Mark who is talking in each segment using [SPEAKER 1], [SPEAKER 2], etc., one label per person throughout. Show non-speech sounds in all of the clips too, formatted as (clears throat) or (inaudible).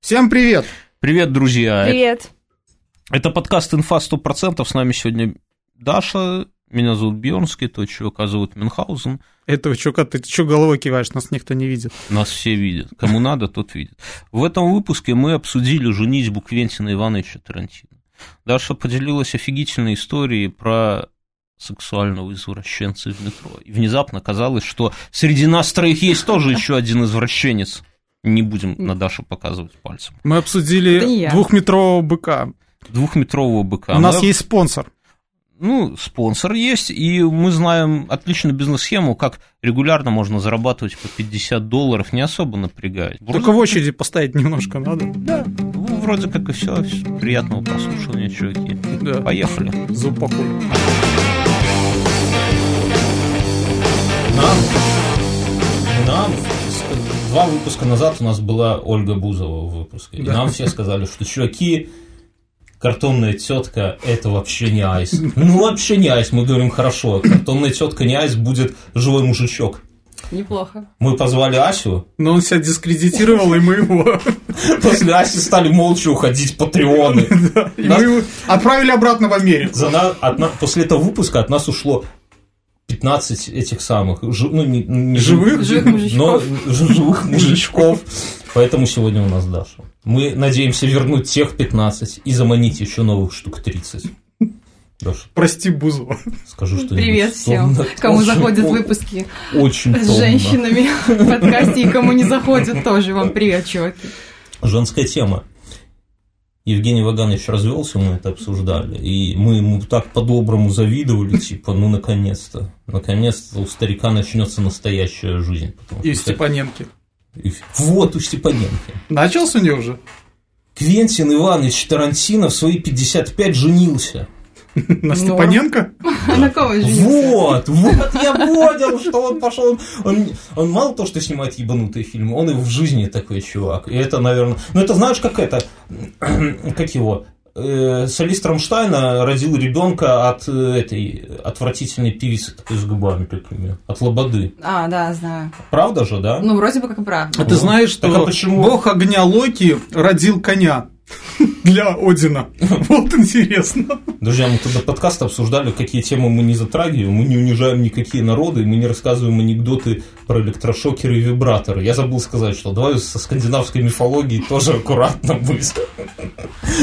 [SPEAKER 1] Всем привет!
[SPEAKER 2] Привет, друзья!
[SPEAKER 3] Привет.
[SPEAKER 2] Это подкаст «Инфа 100%». С нами сегодня Даша, меня зовут Бьернский, то чувака а зовут Мюнхгаузен.
[SPEAKER 1] Этого чувака, ты что головой киваешь, нас никто не видит.
[SPEAKER 2] Нас все видят. Кому надо, тот видит. В этом выпуске мы обсудили женитьбу Квентина Ивановича Тарантино. Даша поделилась офигительной историей про сексуального извращенца в метро. И внезапно оказалось, что среди нас троих есть тоже еще один извращенец. Не будем на Дашу показывать пальцем.
[SPEAKER 1] Мы
[SPEAKER 3] Это не
[SPEAKER 1] обсудили
[SPEAKER 3] я.
[SPEAKER 1] двухметрового быка.
[SPEAKER 2] Двухметрового быка.
[SPEAKER 1] У нас
[SPEAKER 2] Мы-
[SPEAKER 1] есть спонсор.
[SPEAKER 2] ну, спонсор есть, и мы знаем отличную бизнес-схему, как регулярно можно зарабатывать по 50 долларов, не особо напрягаясь.
[SPEAKER 1] Только в очереди поставить немножко надо.
[SPEAKER 2] Да, ну, вроде как и все. Приятного прослушивания, чуваки.
[SPEAKER 1] Да.
[SPEAKER 2] Поехали.
[SPEAKER 1] За упаковку.
[SPEAKER 2] Нам, нам два выпуска назад у нас была Ольга Бузова в выпуске. И
[SPEAKER 1] Да.
[SPEAKER 2] нам все сказали, что чуваки, картонная тетка это вообще не айс. Ну, вообще не айс. Мы говорим, хорошо, картонная тетка не айс, будет живой мужичок.
[SPEAKER 3] Неплохо.
[SPEAKER 2] Мы позвали Асю,
[SPEAKER 1] Но он себя дискредитировал, и мы его... (laughs)
[SPEAKER 2] после Аси стали молча уходить патреоны.
[SPEAKER 1] и мы его Отправили обратно в Америку.
[SPEAKER 2] За на- от на- после этого выпуска от нас ушло 15 этих самых, жи- ну, не, не
[SPEAKER 1] Живых?
[SPEAKER 3] Живых
[SPEAKER 2] но
[SPEAKER 3] мужичков.
[SPEAKER 2] ж- живых мужичков. Поэтому сегодня у нас Даша. Мы надеемся вернуть тех 15 и заманить еще новых штук 30. Даша,
[SPEAKER 1] Прости, Бузова.
[SPEAKER 2] скажу что-нибудь.
[SPEAKER 3] Привет всем,
[SPEAKER 2] томно.
[SPEAKER 3] кому
[SPEAKER 2] Очень-
[SPEAKER 3] заходят
[SPEAKER 2] о-
[SPEAKER 3] выпуски
[SPEAKER 2] Очень
[SPEAKER 3] с
[SPEAKER 2] томно.
[SPEAKER 3] женщинами в подкасте, и кому не заходят, тоже вам привет, чуваки.
[SPEAKER 2] Женская тема. Евгений Ваганович развелся, мы это обсуждали, и мы ему так по-доброму завидовали, типа, ну наконец-то, наконец-то у старика начнется настоящая жизнь. потому
[SPEAKER 1] И
[SPEAKER 2] что-
[SPEAKER 1] Степаненки.
[SPEAKER 2] И- Вот у Степаненко.
[SPEAKER 1] Начался у нее уже?
[SPEAKER 2] Квентин Иванович Тарантино в свои 55 женился.
[SPEAKER 1] На
[SPEAKER 3] Норм.
[SPEAKER 1] Степаненко?
[SPEAKER 3] А на кого же?
[SPEAKER 2] Вот, вот, я понял, что он пошел. Он, он мало то, что снимает ебанутые фильмы, он и в жизни такой чувак. И это, наверное... Ну, это знаешь, как это... (clears throat) Как его? Э, солист Рамштайна родил ребенка от э, этой отвратительной певицы такой с губами такими, от лободы.
[SPEAKER 3] А, да, знаю.
[SPEAKER 2] Правда же, да?
[SPEAKER 3] Ну, вроде бы как и правда.
[SPEAKER 1] А ты знаешь, что
[SPEAKER 2] Так а почему?
[SPEAKER 1] бог огня Локи родил коня (laughs) для (laughs) Одина? Вот интересно.
[SPEAKER 2] Друзья, мы тогда подкаст обсуждали, какие темы мы не затрагиваем, мы не унижаем никакие народы, мы не рассказываем анекдоты про электрошокеры и вибраторы. Я забыл сказать, что давай со скандинавской мифологией тоже аккуратно быстро.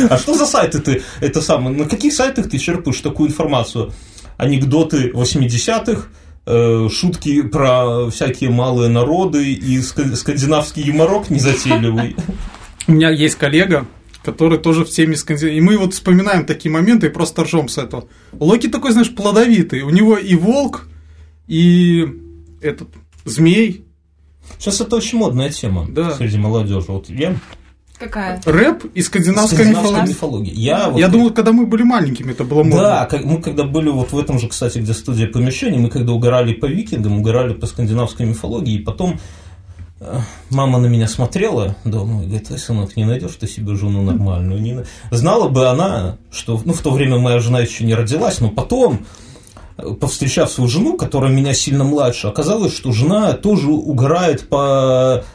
[SPEAKER 2] А что за сайты ты, это самое, на каких сайтах ты черпаешь такую информацию? Анекдоты 80-х, э, шутки про всякие малые народы и ска- скандинавский юморок незатейливый.
[SPEAKER 1] У меня есть коллега, который тоже в теме скандинавии. И мы вот вспоминаем такие моменты и просто ржем с этого. Локи такой, знаешь, плодовитый. У него и волк, и этот змей,
[SPEAKER 2] Сейчас это очень модная тема
[SPEAKER 1] Да.
[SPEAKER 2] среди молодежи. Вот я
[SPEAKER 3] Какая?
[SPEAKER 1] рэп и скандинавская мифология.
[SPEAKER 2] мифология. Я, вот-
[SPEAKER 1] Я думал, когда мы были маленькими, это было модно.
[SPEAKER 2] Да, как- мы когда были вот в этом же, кстати, где студия помещений, мы когда угорали по викингам, угорали по скандинавской мифологии, и потом э, мама на меня смотрела дома и говорит, «Ой, сынок, не найдешь ты себе жену нормальную. не на-». Знала бы она, что ну, в то время моя жена еще не родилась, но потом, э, повстречав свою жену, которая меня сильно младше, оказалось, что жена тоже угорает по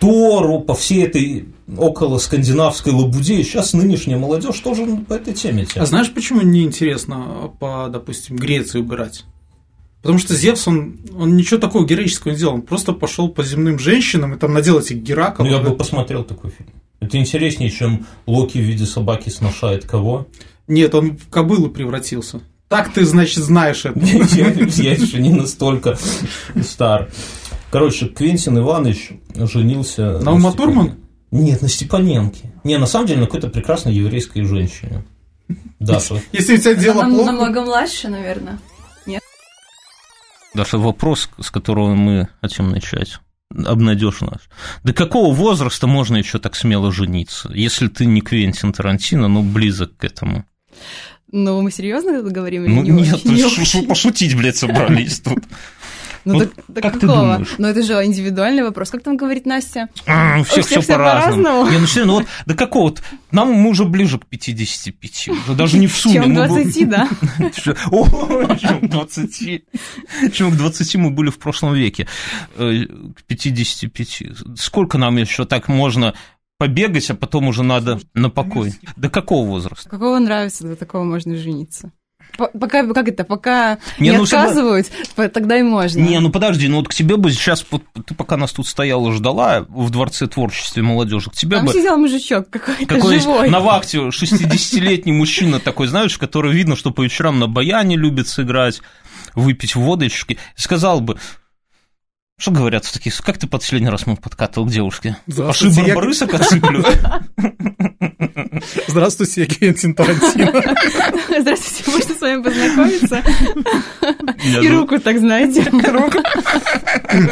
[SPEAKER 2] Тору, по всей этой около скандинавской лабуде. И сейчас нынешняя молодежь тоже ну, по этой теме. тянет.
[SPEAKER 1] А знаешь, почему неинтересно по, допустим, Греции убирать? Потому что Зевс, он, он ничего такого героического не делал. Он просто пошел по земным женщинам и там надел этих гераков.
[SPEAKER 2] Ну, я бы посмотрел такой фильм. Это интереснее, чем Локи в виде собаки сношает
[SPEAKER 1] (laughs)
[SPEAKER 2] кого.
[SPEAKER 1] Нет, он в кобылу превратился. Так ты, значит, знаешь это.
[SPEAKER 2] Я я еще не настолько стар. Короче, Квентин Иванович женился...
[SPEAKER 1] На Ума
[SPEAKER 2] Степан-
[SPEAKER 1] Турман?
[SPEAKER 2] Нет, на Степаненке. Не, на самом деле, на какой-то прекрасной еврейской женщине. Даша.
[SPEAKER 1] Если у тебя дело
[SPEAKER 3] Она
[SPEAKER 1] плохо,
[SPEAKER 3] намного младше, наверное.
[SPEAKER 2] Даша, вопрос, с которого мы хотим начать. Обнадежь нас. До какого возраста можно еще так смело жениться? Если ты не Квентин Тарантино, но близок к этому.
[SPEAKER 3] Ну, мы серьезно это говорим? или
[SPEAKER 2] Ну
[SPEAKER 3] не
[SPEAKER 2] нет,
[SPEAKER 3] очень?
[SPEAKER 2] ну,
[SPEAKER 3] Не
[SPEAKER 2] шу-
[SPEAKER 3] очень.
[SPEAKER 2] шу- пошутить, блядь, собрались тут.
[SPEAKER 3] Ну,
[SPEAKER 2] Вот
[SPEAKER 3] так- так
[SPEAKER 2] как ты
[SPEAKER 3] какого?
[SPEAKER 2] думаешь?
[SPEAKER 3] Ну, это же индивидуальный вопрос. Как там говорит Настя?
[SPEAKER 2] (laughs) А, У всех
[SPEAKER 3] всех
[SPEAKER 2] все
[SPEAKER 3] всё
[SPEAKER 2] по-разному.
[SPEAKER 3] по-разному.
[SPEAKER 2] Я начинаю, ну вот до какого вот, нам мы уже ближе к 55, уже даже (laughs) не в сумме.
[SPEAKER 3] Чем
[SPEAKER 2] ну,
[SPEAKER 3] 20, (laughs) да?
[SPEAKER 2] О, чем к 20. Чем к 20 мы были в прошлом веке. Э, К 55. Сколько нам еще так можно побегать, а потом уже надо на покой. До какого возраста?
[SPEAKER 3] Какого нравится, до такого можно жениться. По- Пока, как это, пока
[SPEAKER 2] Не,
[SPEAKER 3] не,
[SPEAKER 2] ну, чтобы-
[SPEAKER 3] отказывают, по- тогда и можно.
[SPEAKER 2] Не, ну подожди, ну вот к тебе бы сейчас, вот ты пока нас тут стояла, ждала в Дворце творчества и молодежи, к тебе
[SPEAKER 3] Там
[SPEAKER 2] бы
[SPEAKER 3] сидел мужичок какой-то
[SPEAKER 2] какой-нибудь
[SPEAKER 3] живой.
[SPEAKER 2] на вахте 60-летний мужчина такой, знаешь, который видно, что по вечерам на баяне любит сыграть, выпить водочки, сказал бы, что говорят в таких, как ты последний раз мог подкатывал к девушке? Пошли
[SPEAKER 1] Здравствуйте, я- (laughs)
[SPEAKER 2] барбарысок отсыплю.
[SPEAKER 1] Здравствуйте, я Квентин
[SPEAKER 3] (laughs)
[SPEAKER 1] Тарантино.
[SPEAKER 3] (laughs) Здравствуйте, можно с вами познакомиться?
[SPEAKER 2] Я
[SPEAKER 3] И
[SPEAKER 2] же-
[SPEAKER 3] руку
[SPEAKER 2] (laughs)
[SPEAKER 3] так, знаете.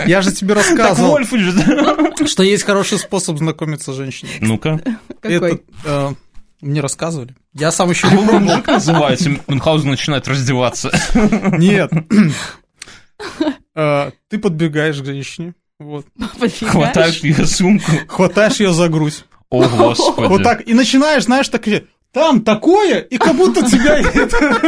[SPEAKER 1] Я же тебе
[SPEAKER 2] Так
[SPEAKER 1] рассказывал,
[SPEAKER 2] Вольфович
[SPEAKER 1] (laughs)
[SPEAKER 2] же.
[SPEAKER 1] что есть хороший способ знакомиться с женщиной.
[SPEAKER 2] Ну-ка.
[SPEAKER 3] Какой?
[SPEAKER 1] Это, э, мне рассказывали. Я сам еще (laughs) не
[SPEAKER 2] Добрый
[SPEAKER 1] пробовал.
[SPEAKER 2] мужик называется, Мюнхгаузен начинает раздеваться.
[SPEAKER 1] Нет. Э, Ты подбегаешь к женщине, вот,
[SPEAKER 3] Подфигаешь?
[SPEAKER 2] Хватаешь ее сумку.
[SPEAKER 1] хватаешь ее за грудь.
[SPEAKER 2] О,
[SPEAKER 1] (laughs)
[SPEAKER 2] господи.
[SPEAKER 1] Вот так. И начинаешь, знаешь, так и, там такое, и как будто тебя
[SPEAKER 3] (laughs)
[SPEAKER 1] это...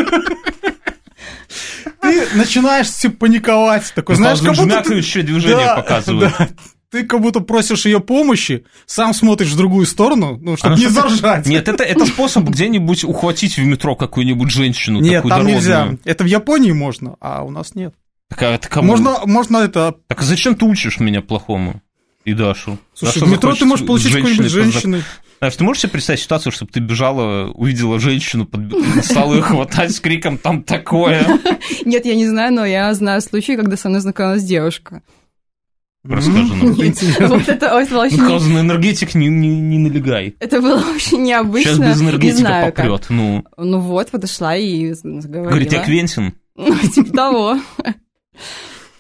[SPEAKER 1] Ты начинаешь типа, паниковать. Такой, знаешь, как будто ты-
[SPEAKER 2] еще движение
[SPEAKER 1] Да,
[SPEAKER 2] показывает.
[SPEAKER 1] да. Ты как будто просишь ее помощи, сам смотришь в другую сторону, ну, чтобы
[SPEAKER 2] А
[SPEAKER 1] не
[SPEAKER 2] что ты-
[SPEAKER 1] заржать.
[SPEAKER 2] Нет, это, это способ где-нибудь ухватить в метро какую-нибудь женщину.
[SPEAKER 1] Нет,
[SPEAKER 2] такую
[SPEAKER 1] там
[SPEAKER 2] дородную.
[SPEAKER 1] нельзя. Это в Японии можно, а у нас нет.
[SPEAKER 2] Так, а это кому?
[SPEAKER 1] Можно, можно это...
[SPEAKER 2] Так зачем ты учишь меня плохому? И Дашу.
[SPEAKER 1] Слушай,
[SPEAKER 2] Даша
[SPEAKER 1] в метро ты
[SPEAKER 2] захочет
[SPEAKER 1] можешь получить
[SPEAKER 2] с женщиной
[SPEAKER 1] какую-нибудь
[SPEAKER 2] познаком-
[SPEAKER 1] женщину.
[SPEAKER 2] Знаешь, ты можешь себе представить ситуацию, чтобы ты бежала, увидела женщину, подб- стала ее хватать с криком «там такое».
[SPEAKER 3] (laughs) Нет, я не знаю, но я знаю случаи, когда со мной
[SPEAKER 2] (laughs)
[SPEAKER 3] знакомилась девушка.
[SPEAKER 2] (laughs) Расскажи нам.
[SPEAKER 1] М, это интересно.
[SPEAKER 3] Вот это ой, было очень...
[SPEAKER 2] Мюнхгаузен Ну, энергетик, не, не, не налегай.
[SPEAKER 3] Это было очень необычно.
[SPEAKER 2] Сейчас без
[SPEAKER 3] не знаю,
[SPEAKER 2] энергетика
[SPEAKER 3] как.
[SPEAKER 2] попрет. Ну,
[SPEAKER 3] Ну вот, подошла и заговорила.
[SPEAKER 2] говорит, я Квентин.
[SPEAKER 3] (laughs) Ну, типа того.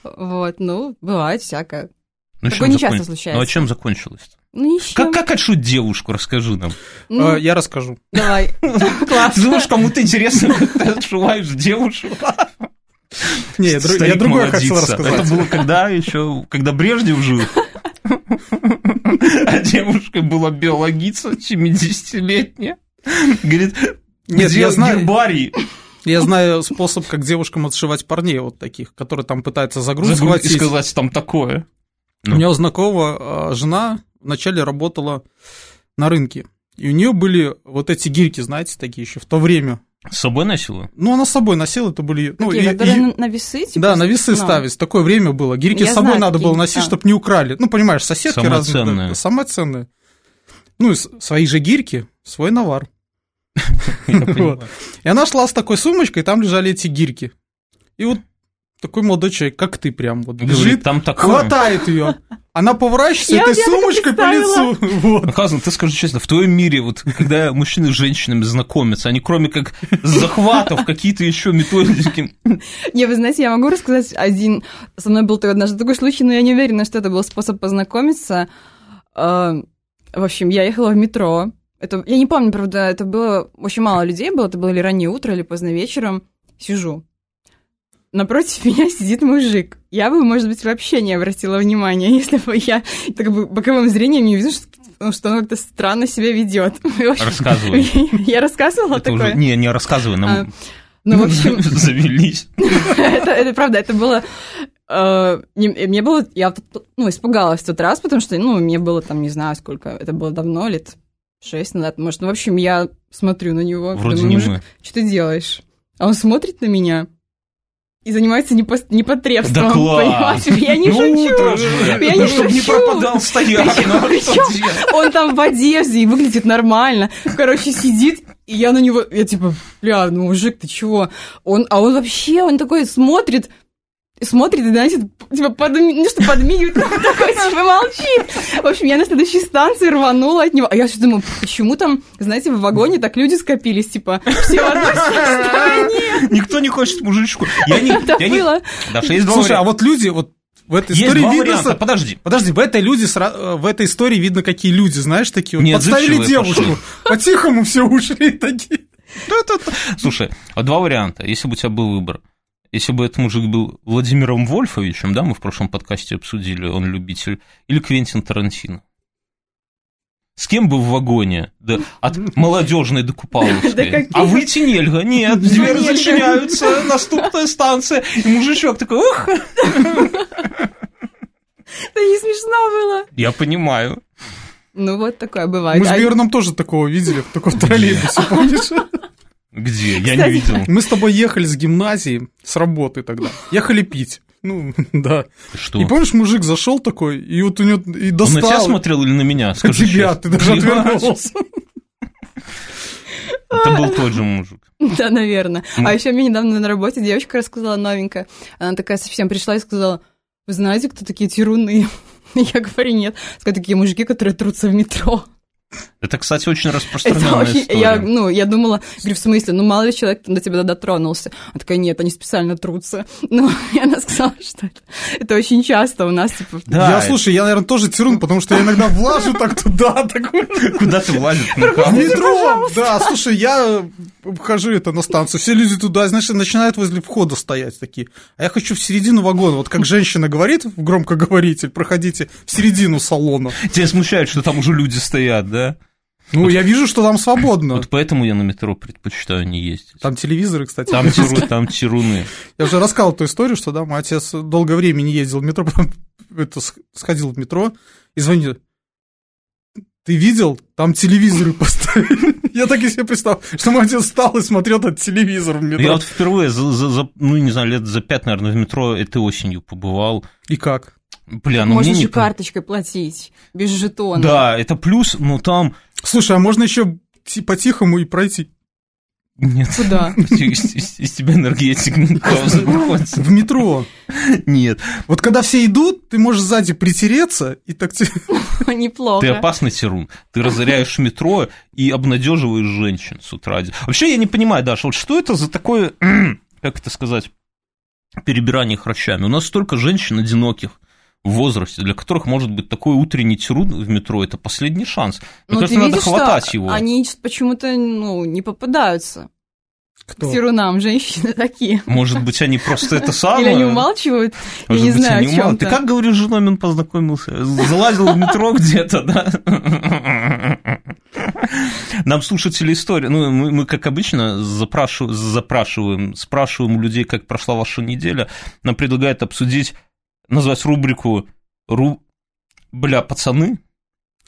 [SPEAKER 3] Вот, ну, бывает всякое.
[SPEAKER 2] Ну,
[SPEAKER 3] Такое
[SPEAKER 2] чем
[SPEAKER 3] не часто
[SPEAKER 2] закон-
[SPEAKER 3] случается.
[SPEAKER 2] Ну, а чем закончилось?
[SPEAKER 3] Ну, ничего.
[SPEAKER 2] Как, а, как отшить девушку, расскажи нам.
[SPEAKER 3] Ну,
[SPEAKER 1] Э, Я расскажу.
[SPEAKER 3] давай.
[SPEAKER 2] Ты
[SPEAKER 3] Класс.
[SPEAKER 2] думаешь, кому-то интересно, (laughs) как ты отшиваешь девушку?
[SPEAKER 1] Не, я, дру- я
[SPEAKER 2] Старик
[SPEAKER 1] другое
[SPEAKER 2] молодится.
[SPEAKER 1] хотел рассказать.
[SPEAKER 2] Это было когда еще, когда Брежнев жил. А девушка была биологица 70-летняя. Говорит,
[SPEAKER 1] Нет,
[SPEAKER 2] где
[SPEAKER 1] я знаю-
[SPEAKER 2] гербарий?
[SPEAKER 1] Я знаю способ, как девушкам отшивать парней вот таких, которые там пытаются за грудь
[SPEAKER 2] Забыл
[SPEAKER 1] схватить.
[SPEAKER 2] сказать там такое. Ну.
[SPEAKER 1] У меня у знакомого э, жена вначале работала на рынке. И у нее были вот эти гирьки, знаете, такие еще в то время.
[SPEAKER 2] С собой носила?
[SPEAKER 1] Ну, она с собой носила, это были... Ну, и-
[SPEAKER 3] Такие,
[SPEAKER 1] и-
[SPEAKER 3] которые на- на весы, типа,
[SPEAKER 1] да, на весы
[SPEAKER 3] ну,
[SPEAKER 1] ставить. Такое время было. Гирьки
[SPEAKER 3] Я
[SPEAKER 1] с собой
[SPEAKER 3] знаю,
[SPEAKER 1] надо
[SPEAKER 3] такие,
[SPEAKER 1] было носить,
[SPEAKER 3] а.
[SPEAKER 1] чтобы не украли. Ну, понимаешь, соседки
[SPEAKER 2] Самое
[SPEAKER 1] разные. да,
[SPEAKER 2] ценное.
[SPEAKER 1] самое ценное. Ну, и с- свои же гирьки, свой навар.
[SPEAKER 2] Я понимаю.
[SPEAKER 1] И она шла с такой сумочкой, и там лежали эти гирьки. И вот такой молодой человек, как ты прям, вот
[SPEAKER 2] Говорит,
[SPEAKER 1] лежит,
[SPEAKER 2] там такое.
[SPEAKER 1] хватает ее. Она поворачивается
[SPEAKER 3] Я-
[SPEAKER 1] этой
[SPEAKER 3] я так и
[SPEAKER 1] сумочкой по лицу. (laughs)
[SPEAKER 3] представила.
[SPEAKER 1] Вот.
[SPEAKER 2] Ну, Хазан, ты скажи честно, в твоем мире, вот когда мужчины с женщинами знакомятся, они кроме как захватов, какие-то еще методики.
[SPEAKER 3] Не, вы знаете, я могу рассказать один... Со мной был такой- однажды такой случай, но я не уверена, что это был способ познакомиться. Э, В общем, я ехала в метро. Это, я не помню, правда, это было... Очень мало людей было. Это было или раннее утро, или поздно вечером. Сижу. Напротив (laughs) меня сидит мужик. Я бы, может быть, вообще не обратила внимания, (laughs) если бы я так бы боковым зрением не увидела, что, ну, что он как-то странно себя ведет. И, (laughs) в общем,
[SPEAKER 2] Рассказывай.
[SPEAKER 3] (laughs) Я рассказывала
[SPEAKER 2] Это уже-
[SPEAKER 3] такое.
[SPEAKER 2] Не, не рассказывай нам.
[SPEAKER 3] Ну, в общем,
[SPEAKER 2] завелись.
[SPEAKER 3] это, это правда, это было... э, не- э, мне было... Я тут, ну, испугалась в тот раз, потому что, ну, мне было там, не знаю, сколько... Это было давно, лет шесть назад, может. Ну, в общем, я смотрю на него.
[SPEAKER 2] Вроде
[SPEAKER 3] думаю,
[SPEAKER 2] не
[SPEAKER 3] мужик,
[SPEAKER 2] мы.
[SPEAKER 3] что ты делаешь? А он смотрит на меня и занимается непос- непотребством.
[SPEAKER 2] Да класс!
[SPEAKER 3] понимаешь? Я не
[SPEAKER 2] Ну, утро же.
[SPEAKER 3] шучу! Я
[SPEAKER 2] Ну,
[SPEAKER 3] не
[SPEAKER 2] чтоб не
[SPEAKER 3] шучу!
[SPEAKER 2] пропадал стояк.
[SPEAKER 3] Причём-
[SPEAKER 2] ну, а что
[SPEAKER 3] причём
[SPEAKER 2] делать?
[SPEAKER 3] Он там в одежде и выглядит нормально. Короче, сидит, и я на него... Я типа, бля, ну, мужик, ты чего? Он, а он вообще, он такой смотрит, смотрит и, знаете, типа, подми, ну, что подмигивает, он такой, типа, молчит. В общем, я на следующей станции рванула от него. А я все думаю, почему там, знаете, в вагоне так люди скопились, типа, все
[SPEAKER 2] (laughs)
[SPEAKER 3] в одной стороне.
[SPEAKER 2] Никто не хочет мужичку. Я не...
[SPEAKER 3] Это
[SPEAKER 2] я не-
[SPEAKER 3] было.
[SPEAKER 2] Даша, есть два
[SPEAKER 1] Слушай, а
[SPEAKER 2] варианта.
[SPEAKER 1] вот люди, вот в этой
[SPEAKER 2] Есть
[SPEAKER 1] истории
[SPEAKER 2] два
[SPEAKER 1] видно...
[SPEAKER 2] варианта,
[SPEAKER 1] со-
[SPEAKER 2] подожди.
[SPEAKER 1] Подожди, в этой, люди сра- э, в этой истории видно, какие люди, знаешь, такие вот.
[SPEAKER 2] Неотзывчивые
[SPEAKER 1] Подставили девушку,
[SPEAKER 2] пошли.
[SPEAKER 1] по-тихому все ушли такие.
[SPEAKER 2] Слушай, а два варианта, если бы у тебя был выбор. Если бы этот мужик был Владимиром Вольфовичем, да, мы в прошлом подкасте обсудили, он любитель, или Квентин Тарантино. С кем бы в вагоне? Ну, Да, от молодежной до
[SPEAKER 3] Да
[SPEAKER 2] Купаловской.
[SPEAKER 3] какие?
[SPEAKER 2] А выйти нельзя. Нет,
[SPEAKER 3] Ну,
[SPEAKER 2] двери
[SPEAKER 3] нельзя.
[SPEAKER 2] зачиняются, наступная станция. И мужичок такой, ух!
[SPEAKER 3] Это не смешно было.
[SPEAKER 2] Я понимаю.
[SPEAKER 3] Ну, вот такое бывает.
[SPEAKER 1] Мы с
[SPEAKER 3] А-
[SPEAKER 1] Бьерном тоже такого видели, в таком троллейбусе, помнишь?
[SPEAKER 2] Где? Я
[SPEAKER 3] Кстати.
[SPEAKER 2] не видел.
[SPEAKER 1] (laughs) Мы с тобой ехали с гимназии, с работы тогда. Ехали пить. Ну, да.
[SPEAKER 2] Что?
[SPEAKER 1] И помнишь, мужик зашел такой, и вот у него и
[SPEAKER 2] Он на тебя
[SPEAKER 1] достал.
[SPEAKER 2] смотрел или
[SPEAKER 1] (laughs)
[SPEAKER 2] на меня?
[SPEAKER 1] На
[SPEAKER 2] Скажи
[SPEAKER 1] тебя,
[SPEAKER 2] честно.
[SPEAKER 1] ты даже
[SPEAKER 2] Понимаешь?
[SPEAKER 1] отвернулся.
[SPEAKER 2] Это был тот же мужик.
[SPEAKER 3] (laughs) Да, наверное.
[SPEAKER 2] Ну.
[SPEAKER 3] А еще мне недавно на работе девочка рассказала новенькая. Она такая совсем пришла и сказала, вы знаете, кто такие тируны? (laughs) Я говорю, нет. Сказали, такие мужики, которые трутся в метро. (laughs)
[SPEAKER 2] Это, кстати, очень
[SPEAKER 3] Это
[SPEAKER 2] распространенная
[SPEAKER 3] очень... Я,
[SPEAKER 2] история.
[SPEAKER 3] ну, я думала, говорю, в смысле, ну, мало ли человек там до тебя дотронулся. Она такая, нет, они специально трутся. (laughs) Ну, и она сказала, (laughs) что это, это очень часто у нас, типа,
[SPEAKER 1] Я, слушай, я, наверное, тоже тирун, потому что я иногда влажу так туда, такой.
[SPEAKER 2] Куда ты влазишь? Ну,
[SPEAKER 1] В
[SPEAKER 2] как?
[SPEAKER 1] А метро, да, слушай, я хожу это на станцию, все люди туда, знаешь, начинают возле входа стоять такие. А я хочу в середину вагона, вот как женщина говорит в громкоговоритель, проходите в середину салона.
[SPEAKER 2] Тебя смущает, что там уже люди стоят, да?
[SPEAKER 1] Ну, я вижу, что там свободно.
[SPEAKER 2] Вот поэтому я на метро предпочитаю не ездить.
[SPEAKER 1] Там телевизоры, кстати.
[SPEAKER 2] Там, тиру-
[SPEAKER 1] (laughs)
[SPEAKER 2] там тируны.
[SPEAKER 1] Я уже рассказывал эту историю, что да, мой отец долгое время не ездил в метро, потом это, с- сходил в метро и звонил. Ты видел? Там телевизоры (laughs) поставили. Я так и себе представил, что мой отец встал и смотрел этот телевизор в
[SPEAKER 2] Я
[SPEAKER 1] метро.
[SPEAKER 2] вот впервые, за, за- за, ну, не знаю, лет за пять, наверное, в метро этой осенью побывал.
[SPEAKER 1] И как?
[SPEAKER 2] Бля, ну
[SPEAKER 3] можно
[SPEAKER 2] мне не...
[SPEAKER 3] еще
[SPEAKER 2] по-
[SPEAKER 3] карточкой платить, без жетона. (laughs)
[SPEAKER 2] Да, это плюс, но там...
[SPEAKER 1] Слушай, а можно еще по-тихому и пройти?
[SPEAKER 2] Нет. (laughs)
[SPEAKER 3] Куда?
[SPEAKER 2] Из, из- из тебя
[SPEAKER 1] (laughs)
[SPEAKER 2] энергетик не выходит.
[SPEAKER 1] В метро.
[SPEAKER 2] Нет.
[SPEAKER 1] Вот когда все идут, ты можешь сзади притереться и так... те-
[SPEAKER 3] (laughs)
[SPEAKER 1] (laughs)
[SPEAKER 3] Неплохо.
[SPEAKER 2] Ты опасный Серун. Ты
[SPEAKER 3] (laughs)
[SPEAKER 2] разоряешь метро и обнадеживаешь женщин с утра. Вообще, я не понимаю, Даша, вот что это за такое, (clears throat) как это сказать, перебирание хрящами? У нас столько женщин одиноких в возрасте, для которых может быть такой утренний тирун в метро, это последний шанс. Мне
[SPEAKER 3] Ну,
[SPEAKER 2] кажется,
[SPEAKER 3] ты
[SPEAKER 2] надо
[SPEAKER 3] видишь, что
[SPEAKER 2] хватать его.
[SPEAKER 3] Они почему-то, ну, не попадаются. К тирунам женщины (laughs) такие.
[SPEAKER 2] Может быть, они просто это самое...
[SPEAKER 3] Или они умалчивают.
[SPEAKER 2] Может
[SPEAKER 3] не
[SPEAKER 2] быть,
[SPEAKER 3] знаю,
[SPEAKER 2] они
[SPEAKER 3] о чём
[SPEAKER 2] умал- Ты
[SPEAKER 3] ты.
[SPEAKER 2] как, говоришь, с Жономин познакомился? Залазил в метро где-то, да? Нам слушатели истории, ну, мы, мы, как обычно, запрашу- запрашиваем, спрашиваем у людей, как прошла ваша неделя. Нам предлагают обсудить, назвать рубрику «Ру... «Бля, пацаны»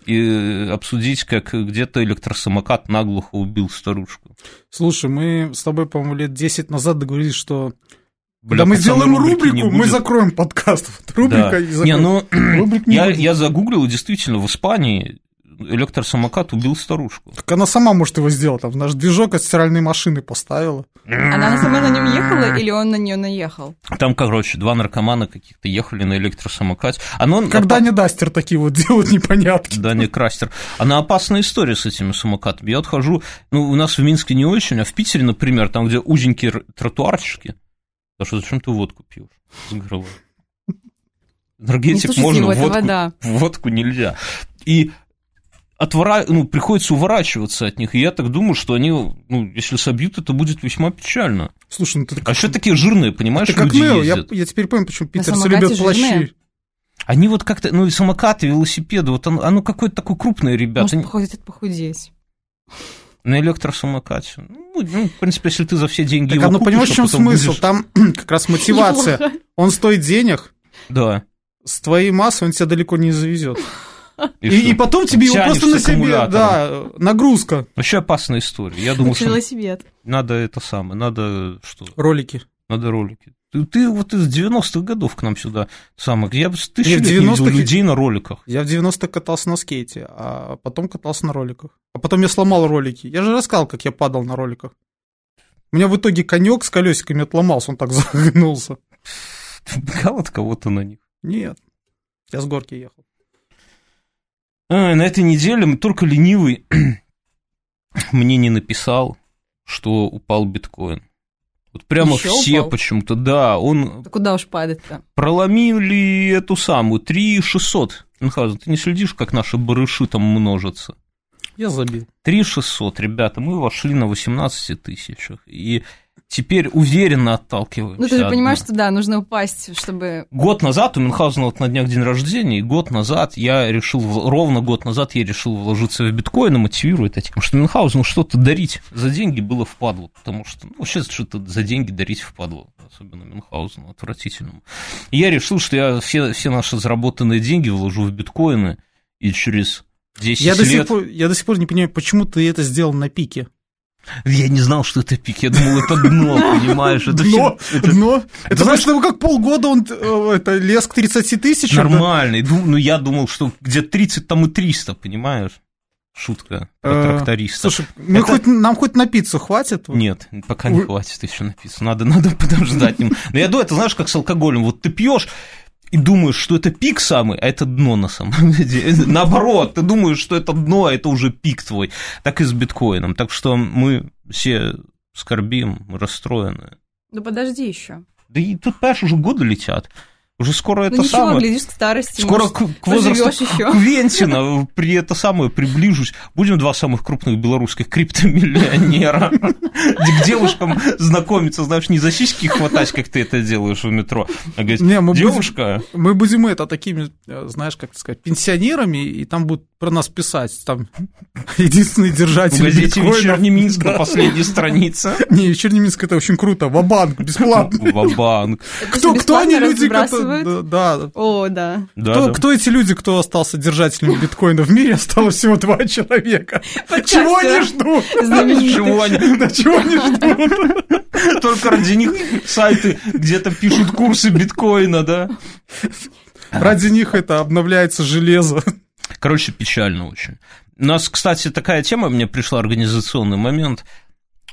[SPEAKER 2] и обсудить, как где-то электросамокат наглухо убил старушку.
[SPEAKER 1] Слушай, мы с тобой, по-моему, лет 10 назад договорились, что...
[SPEAKER 2] «Бля,
[SPEAKER 1] Да мы
[SPEAKER 2] пацаны,
[SPEAKER 1] сделаем
[SPEAKER 2] рубрики не
[SPEAKER 1] рубрику, мы
[SPEAKER 2] будет».
[SPEAKER 1] закроем подкаст. Вот
[SPEAKER 2] Да.
[SPEAKER 1] Рубрика и
[SPEAKER 2] Не,
[SPEAKER 1] закроем.
[SPEAKER 2] ну,
[SPEAKER 1] (clears throat) Рубрик не
[SPEAKER 2] Я,
[SPEAKER 1] будет.
[SPEAKER 2] я загуглил, и действительно, в Испании электросамокат убил старушку.
[SPEAKER 1] Так она сама может его сделать. Там наш движок от стиральной машины поставила.
[SPEAKER 3] Она сама на нем ехала или он на нее наехал?
[SPEAKER 2] Там, короче, два наркомана каких-то ехали на электросамокате. Оно...
[SPEAKER 1] Когда не Дастер такие вот (laughs) делают непонятки.
[SPEAKER 2] Даня Крастер. Она опасная история с этими самокатами. Я вот хожу, ну, у нас в Минске не очень, а в Питере, например, там, где узенькие р- тротуарчики, потому что зачем ты водку пьешь с горлом?
[SPEAKER 3] Не
[SPEAKER 2] Энергетик
[SPEAKER 3] слушайте
[SPEAKER 2] можно,
[SPEAKER 3] его, Ну, это
[SPEAKER 2] водку,
[SPEAKER 3] вода.
[SPEAKER 2] водку нельзя. И отвора... ну, приходится уворачиваться от них. И я так думаю, что они, ну, если собьют, это будет весьма печально.
[SPEAKER 1] Слушай, ну ты как,
[SPEAKER 2] А еще такие жирные, понимаешь,
[SPEAKER 1] ты как
[SPEAKER 2] люди
[SPEAKER 1] Нео, я,
[SPEAKER 2] ездят.
[SPEAKER 1] я теперь понимаю, почему питерцы
[SPEAKER 3] самокате
[SPEAKER 1] любят плащи.
[SPEAKER 3] жирные.
[SPEAKER 2] Они вот как-то, ну, и самокаты, велосипеды, вот оно, оно какое-то такое крупное, ребята.
[SPEAKER 1] Ну,
[SPEAKER 3] Может, похудеть, похудеть.
[SPEAKER 2] На электросамокате. Ну, ну, в принципе, если ты за все деньги
[SPEAKER 1] Так,
[SPEAKER 2] его
[SPEAKER 1] а ну
[SPEAKER 2] купишь,
[SPEAKER 1] понимаешь, в
[SPEAKER 2] а
[SPEAKER 1] чем
[SPEAKER 2] потом
[SPEAKER 1] смысл?
[SPEAKER 2] будешь-
[SPEAKER 1] Там (clears throat) как раз мотивация.
[SPEAKER 3] Неплохо.
[SPEAKER 1] Он стоит денег,
[SPEAKER 2] Да.
[SPEAKER 1] с твоей массой он тебя далеко не завезет.
[SPEAKER 2] И,
[SPEAKER 1] И,
[SPEAKER 2] что?
[SPEAKER 1] и потом тебе его
[SPEAKER 2] Тянешь
[SPEAKER 1] просто на
[SPEAKER 2] с
[SPEAKER 1] себе,
[SPEAKER 2] аккумулятором.
[SPEAKER 1] да, нагрузка.
[SPEAKER 2] Вообще опасная история. Я думал,
[SPEAKER 3] Вот
[SPEAKER 2] что
[SPEAKER 3] Велосипед.
[SPEAKER 2] надо это самое, надо что?
[SPEAKER 1] Ролики.
[SPEAKER 2] Надо ролики. Ты, ты вот из 90-х годов к нам сюда самых. Я бы с
[SPEAKER 1] Не,
[SPEAKER 2] тысячи
[SPEAKER 1] в
[SPEAKER 2] лет не видел
[SPEAKER 1] 90-х
[SPEAKER 2] людей на роликах. (laughs)
[SPEAKER 1] Я в 90-х катался на скейте, а потом катался на роликах. А потом я сломал ролики. Я же рассказал, как я падал на роликах. У меня в итоге конек с колесиками отломался, он так (laughs) загнулся.
[SPEAKER 2] Ты бегал от кого-то на них.
[SPEAKER 1] Нет. Я с горки ехал.
[SPEAKER 2] А, на этой неделе мы только ленивый (clears throat) мне не написал, что упал биткоин. Вот прямо
[SPEAKER 3] Ещё
[SPEAKER 2] все
[SPEAKER 3] упал?
[SPEAKER 2] почему-то, да, он
[SPEAKER 3] Да куда уж падать-то?
[SPEAKER 2] проломили эту самую 3600. Мюнхгаузен, ты не следишь, как наши барыши там множатся?
[SPEAKER 1] Я забил.
[SPEAKER 2] 3600, ребята, мы вошли на 18 тысячах. И теперь уверенно отталкиваемся.
[SPEAKER 3] Ну, ты же
[SPEAKER 2] от
[SPEAKER 3] понимаешь,
[SPEAKER 2] дна.
[SPEAKER 3] что да, нужно упасть, чтобы...
[SPEAKER 2] Год назад, у Мюнхгаузена вот на днях день рождения, и год назад я решил, в- ровно год назад я решил вложиться в биткоин и мотивирую это тем, что Мюнхгаузену что-то дарить за деньги было впадло, потому что, ну, вообще что-то за деньги дарить впадло, особенно Мюнхгаузену, отвратительному. И я решил, что я все, все наши заработанные деньги вложу в биткоины, и через 10
[SPEAKER 1] Я до,
[SPEAKER 2] лет.
[SPEAKER 1] сих пор, я до сих пор не понимаю, почему ты это сделал на пике.
[SPEAKER 2] Я не знал, что это пик. Я думал, это дно, понимаешь? Это
[SPEAKER 1] Дно,
[SPEAKER 2] всё- это
[SPEAKER 1] дно. Это
[SPEAKER 2] Да
[SPEAKER 1] значит, что как полгода он э, это, лез к 30 тысячам. да?
[SPEAKER 2] нормальный. Ну, ну, я думал, что где 30, там и 300, понимаешь? Шутка про
[SPEAKER 1] Э,
[SPEAKER 2] тракториста.
[SPEAKER 1] Слушай, мы
[SPEAKER 2] Это-
[SPEAKER 1] хоть, нам хоть на пиццу хватит? Вот.
[SPEAKER 2] Нет, пока не
[SPEAKER 1] Вы-
[SPEAKER 2] хватит еще написано. Надо, надо (laughs) подождать. нем- Но я думаю, это знаешь, как с алкоголем. Вот ты пьешь и думаешь, что это пик самый, а это дно на самом (laughs) деле. Наоборот, ты думаешь, что это дно, а это уже пик твой. Так и с биткоином. Так что мы все скорбим, мы расстроены.
[SPEAKER 3] Да подожди еще.
[SPEAKER 2] Да и тут, понимаешь, уже годы летят. Уже скоро это
[SPEAKER 3] ну ничего,
[SPEAKER 2] самое.
[SPEAKER 3] глядишь к старости.
[SPEAKER 2] Скоро
[SPEAKER 3] может,
[SPEAKER 2] к, к возрасту
[SPEAKER 3] поживёшь
[SPEAKER 2] (laughs)
[SPEAKER 3] ещё.
[SPEAKER 2] Квентина при это самое приближусь. Будем два самых крупных белорусских криптомиллионера. Где К девушкам знакомиться, знаешь, не за сиськи хватать, как ты это делаешь в метро. А говорить,
[SPEAKER 1] Не, мы будем,
[SPEAKER 2] девушка,
[SPEAKER 1] мы будем это такими, э, знаешь, как сказать, пенсионерами, и там будут про нас писать. Там (laughs) единственный
[SPEAKER 2] в
[SPEAKER 1] держатель
[SPEAKER 2] газете
[SPEAKER 1] биткоина.
[SPEAKER 2] «Вечерний Минск» на последней странице.
[SPEAKER 1] Не, вечерний Минск это очень круто. Вабанк, бесплатно.
[SPEAKER 2] Ва-банк.
[SPEAKER 3] Это всё
[SPEAKER 1] Кто, кто они
[SPEAKER 3] бесплатно
[SPEAKER 1] люди,
[SPEAKER 3] разбрасывают.
[SPEAKER 1] которые... Да, да.
[SPEAKER 2] (laughs)
[SPEAKER 3] О, да.
[SPEAKER 2] Да,
[SPEAKER 1] кто,
[SPEAKER 2] да.
[SPEAKER 1] кто эти люди, кто остался держателем биткоина в мире? Осталось всего два (laughs) человека. Чего они ждут?
[SPEAKER 3] Знаменитый.
[SPEAKER 2] Чего они?
[SPEAKER 1] (laughs) Да чего они
[SPEAKER 2] (laughs)
[SPEAKER 1] ждут?
[SPEAKER 2] Только ради них сайты где-то пишут курсы биткоина, да?
[SPEAKER 1] Ради них это обновляется железо.
[SPEAKER 2] Короче, печально очень. У нас, кстати, такая тема мне пришла, организационный момент.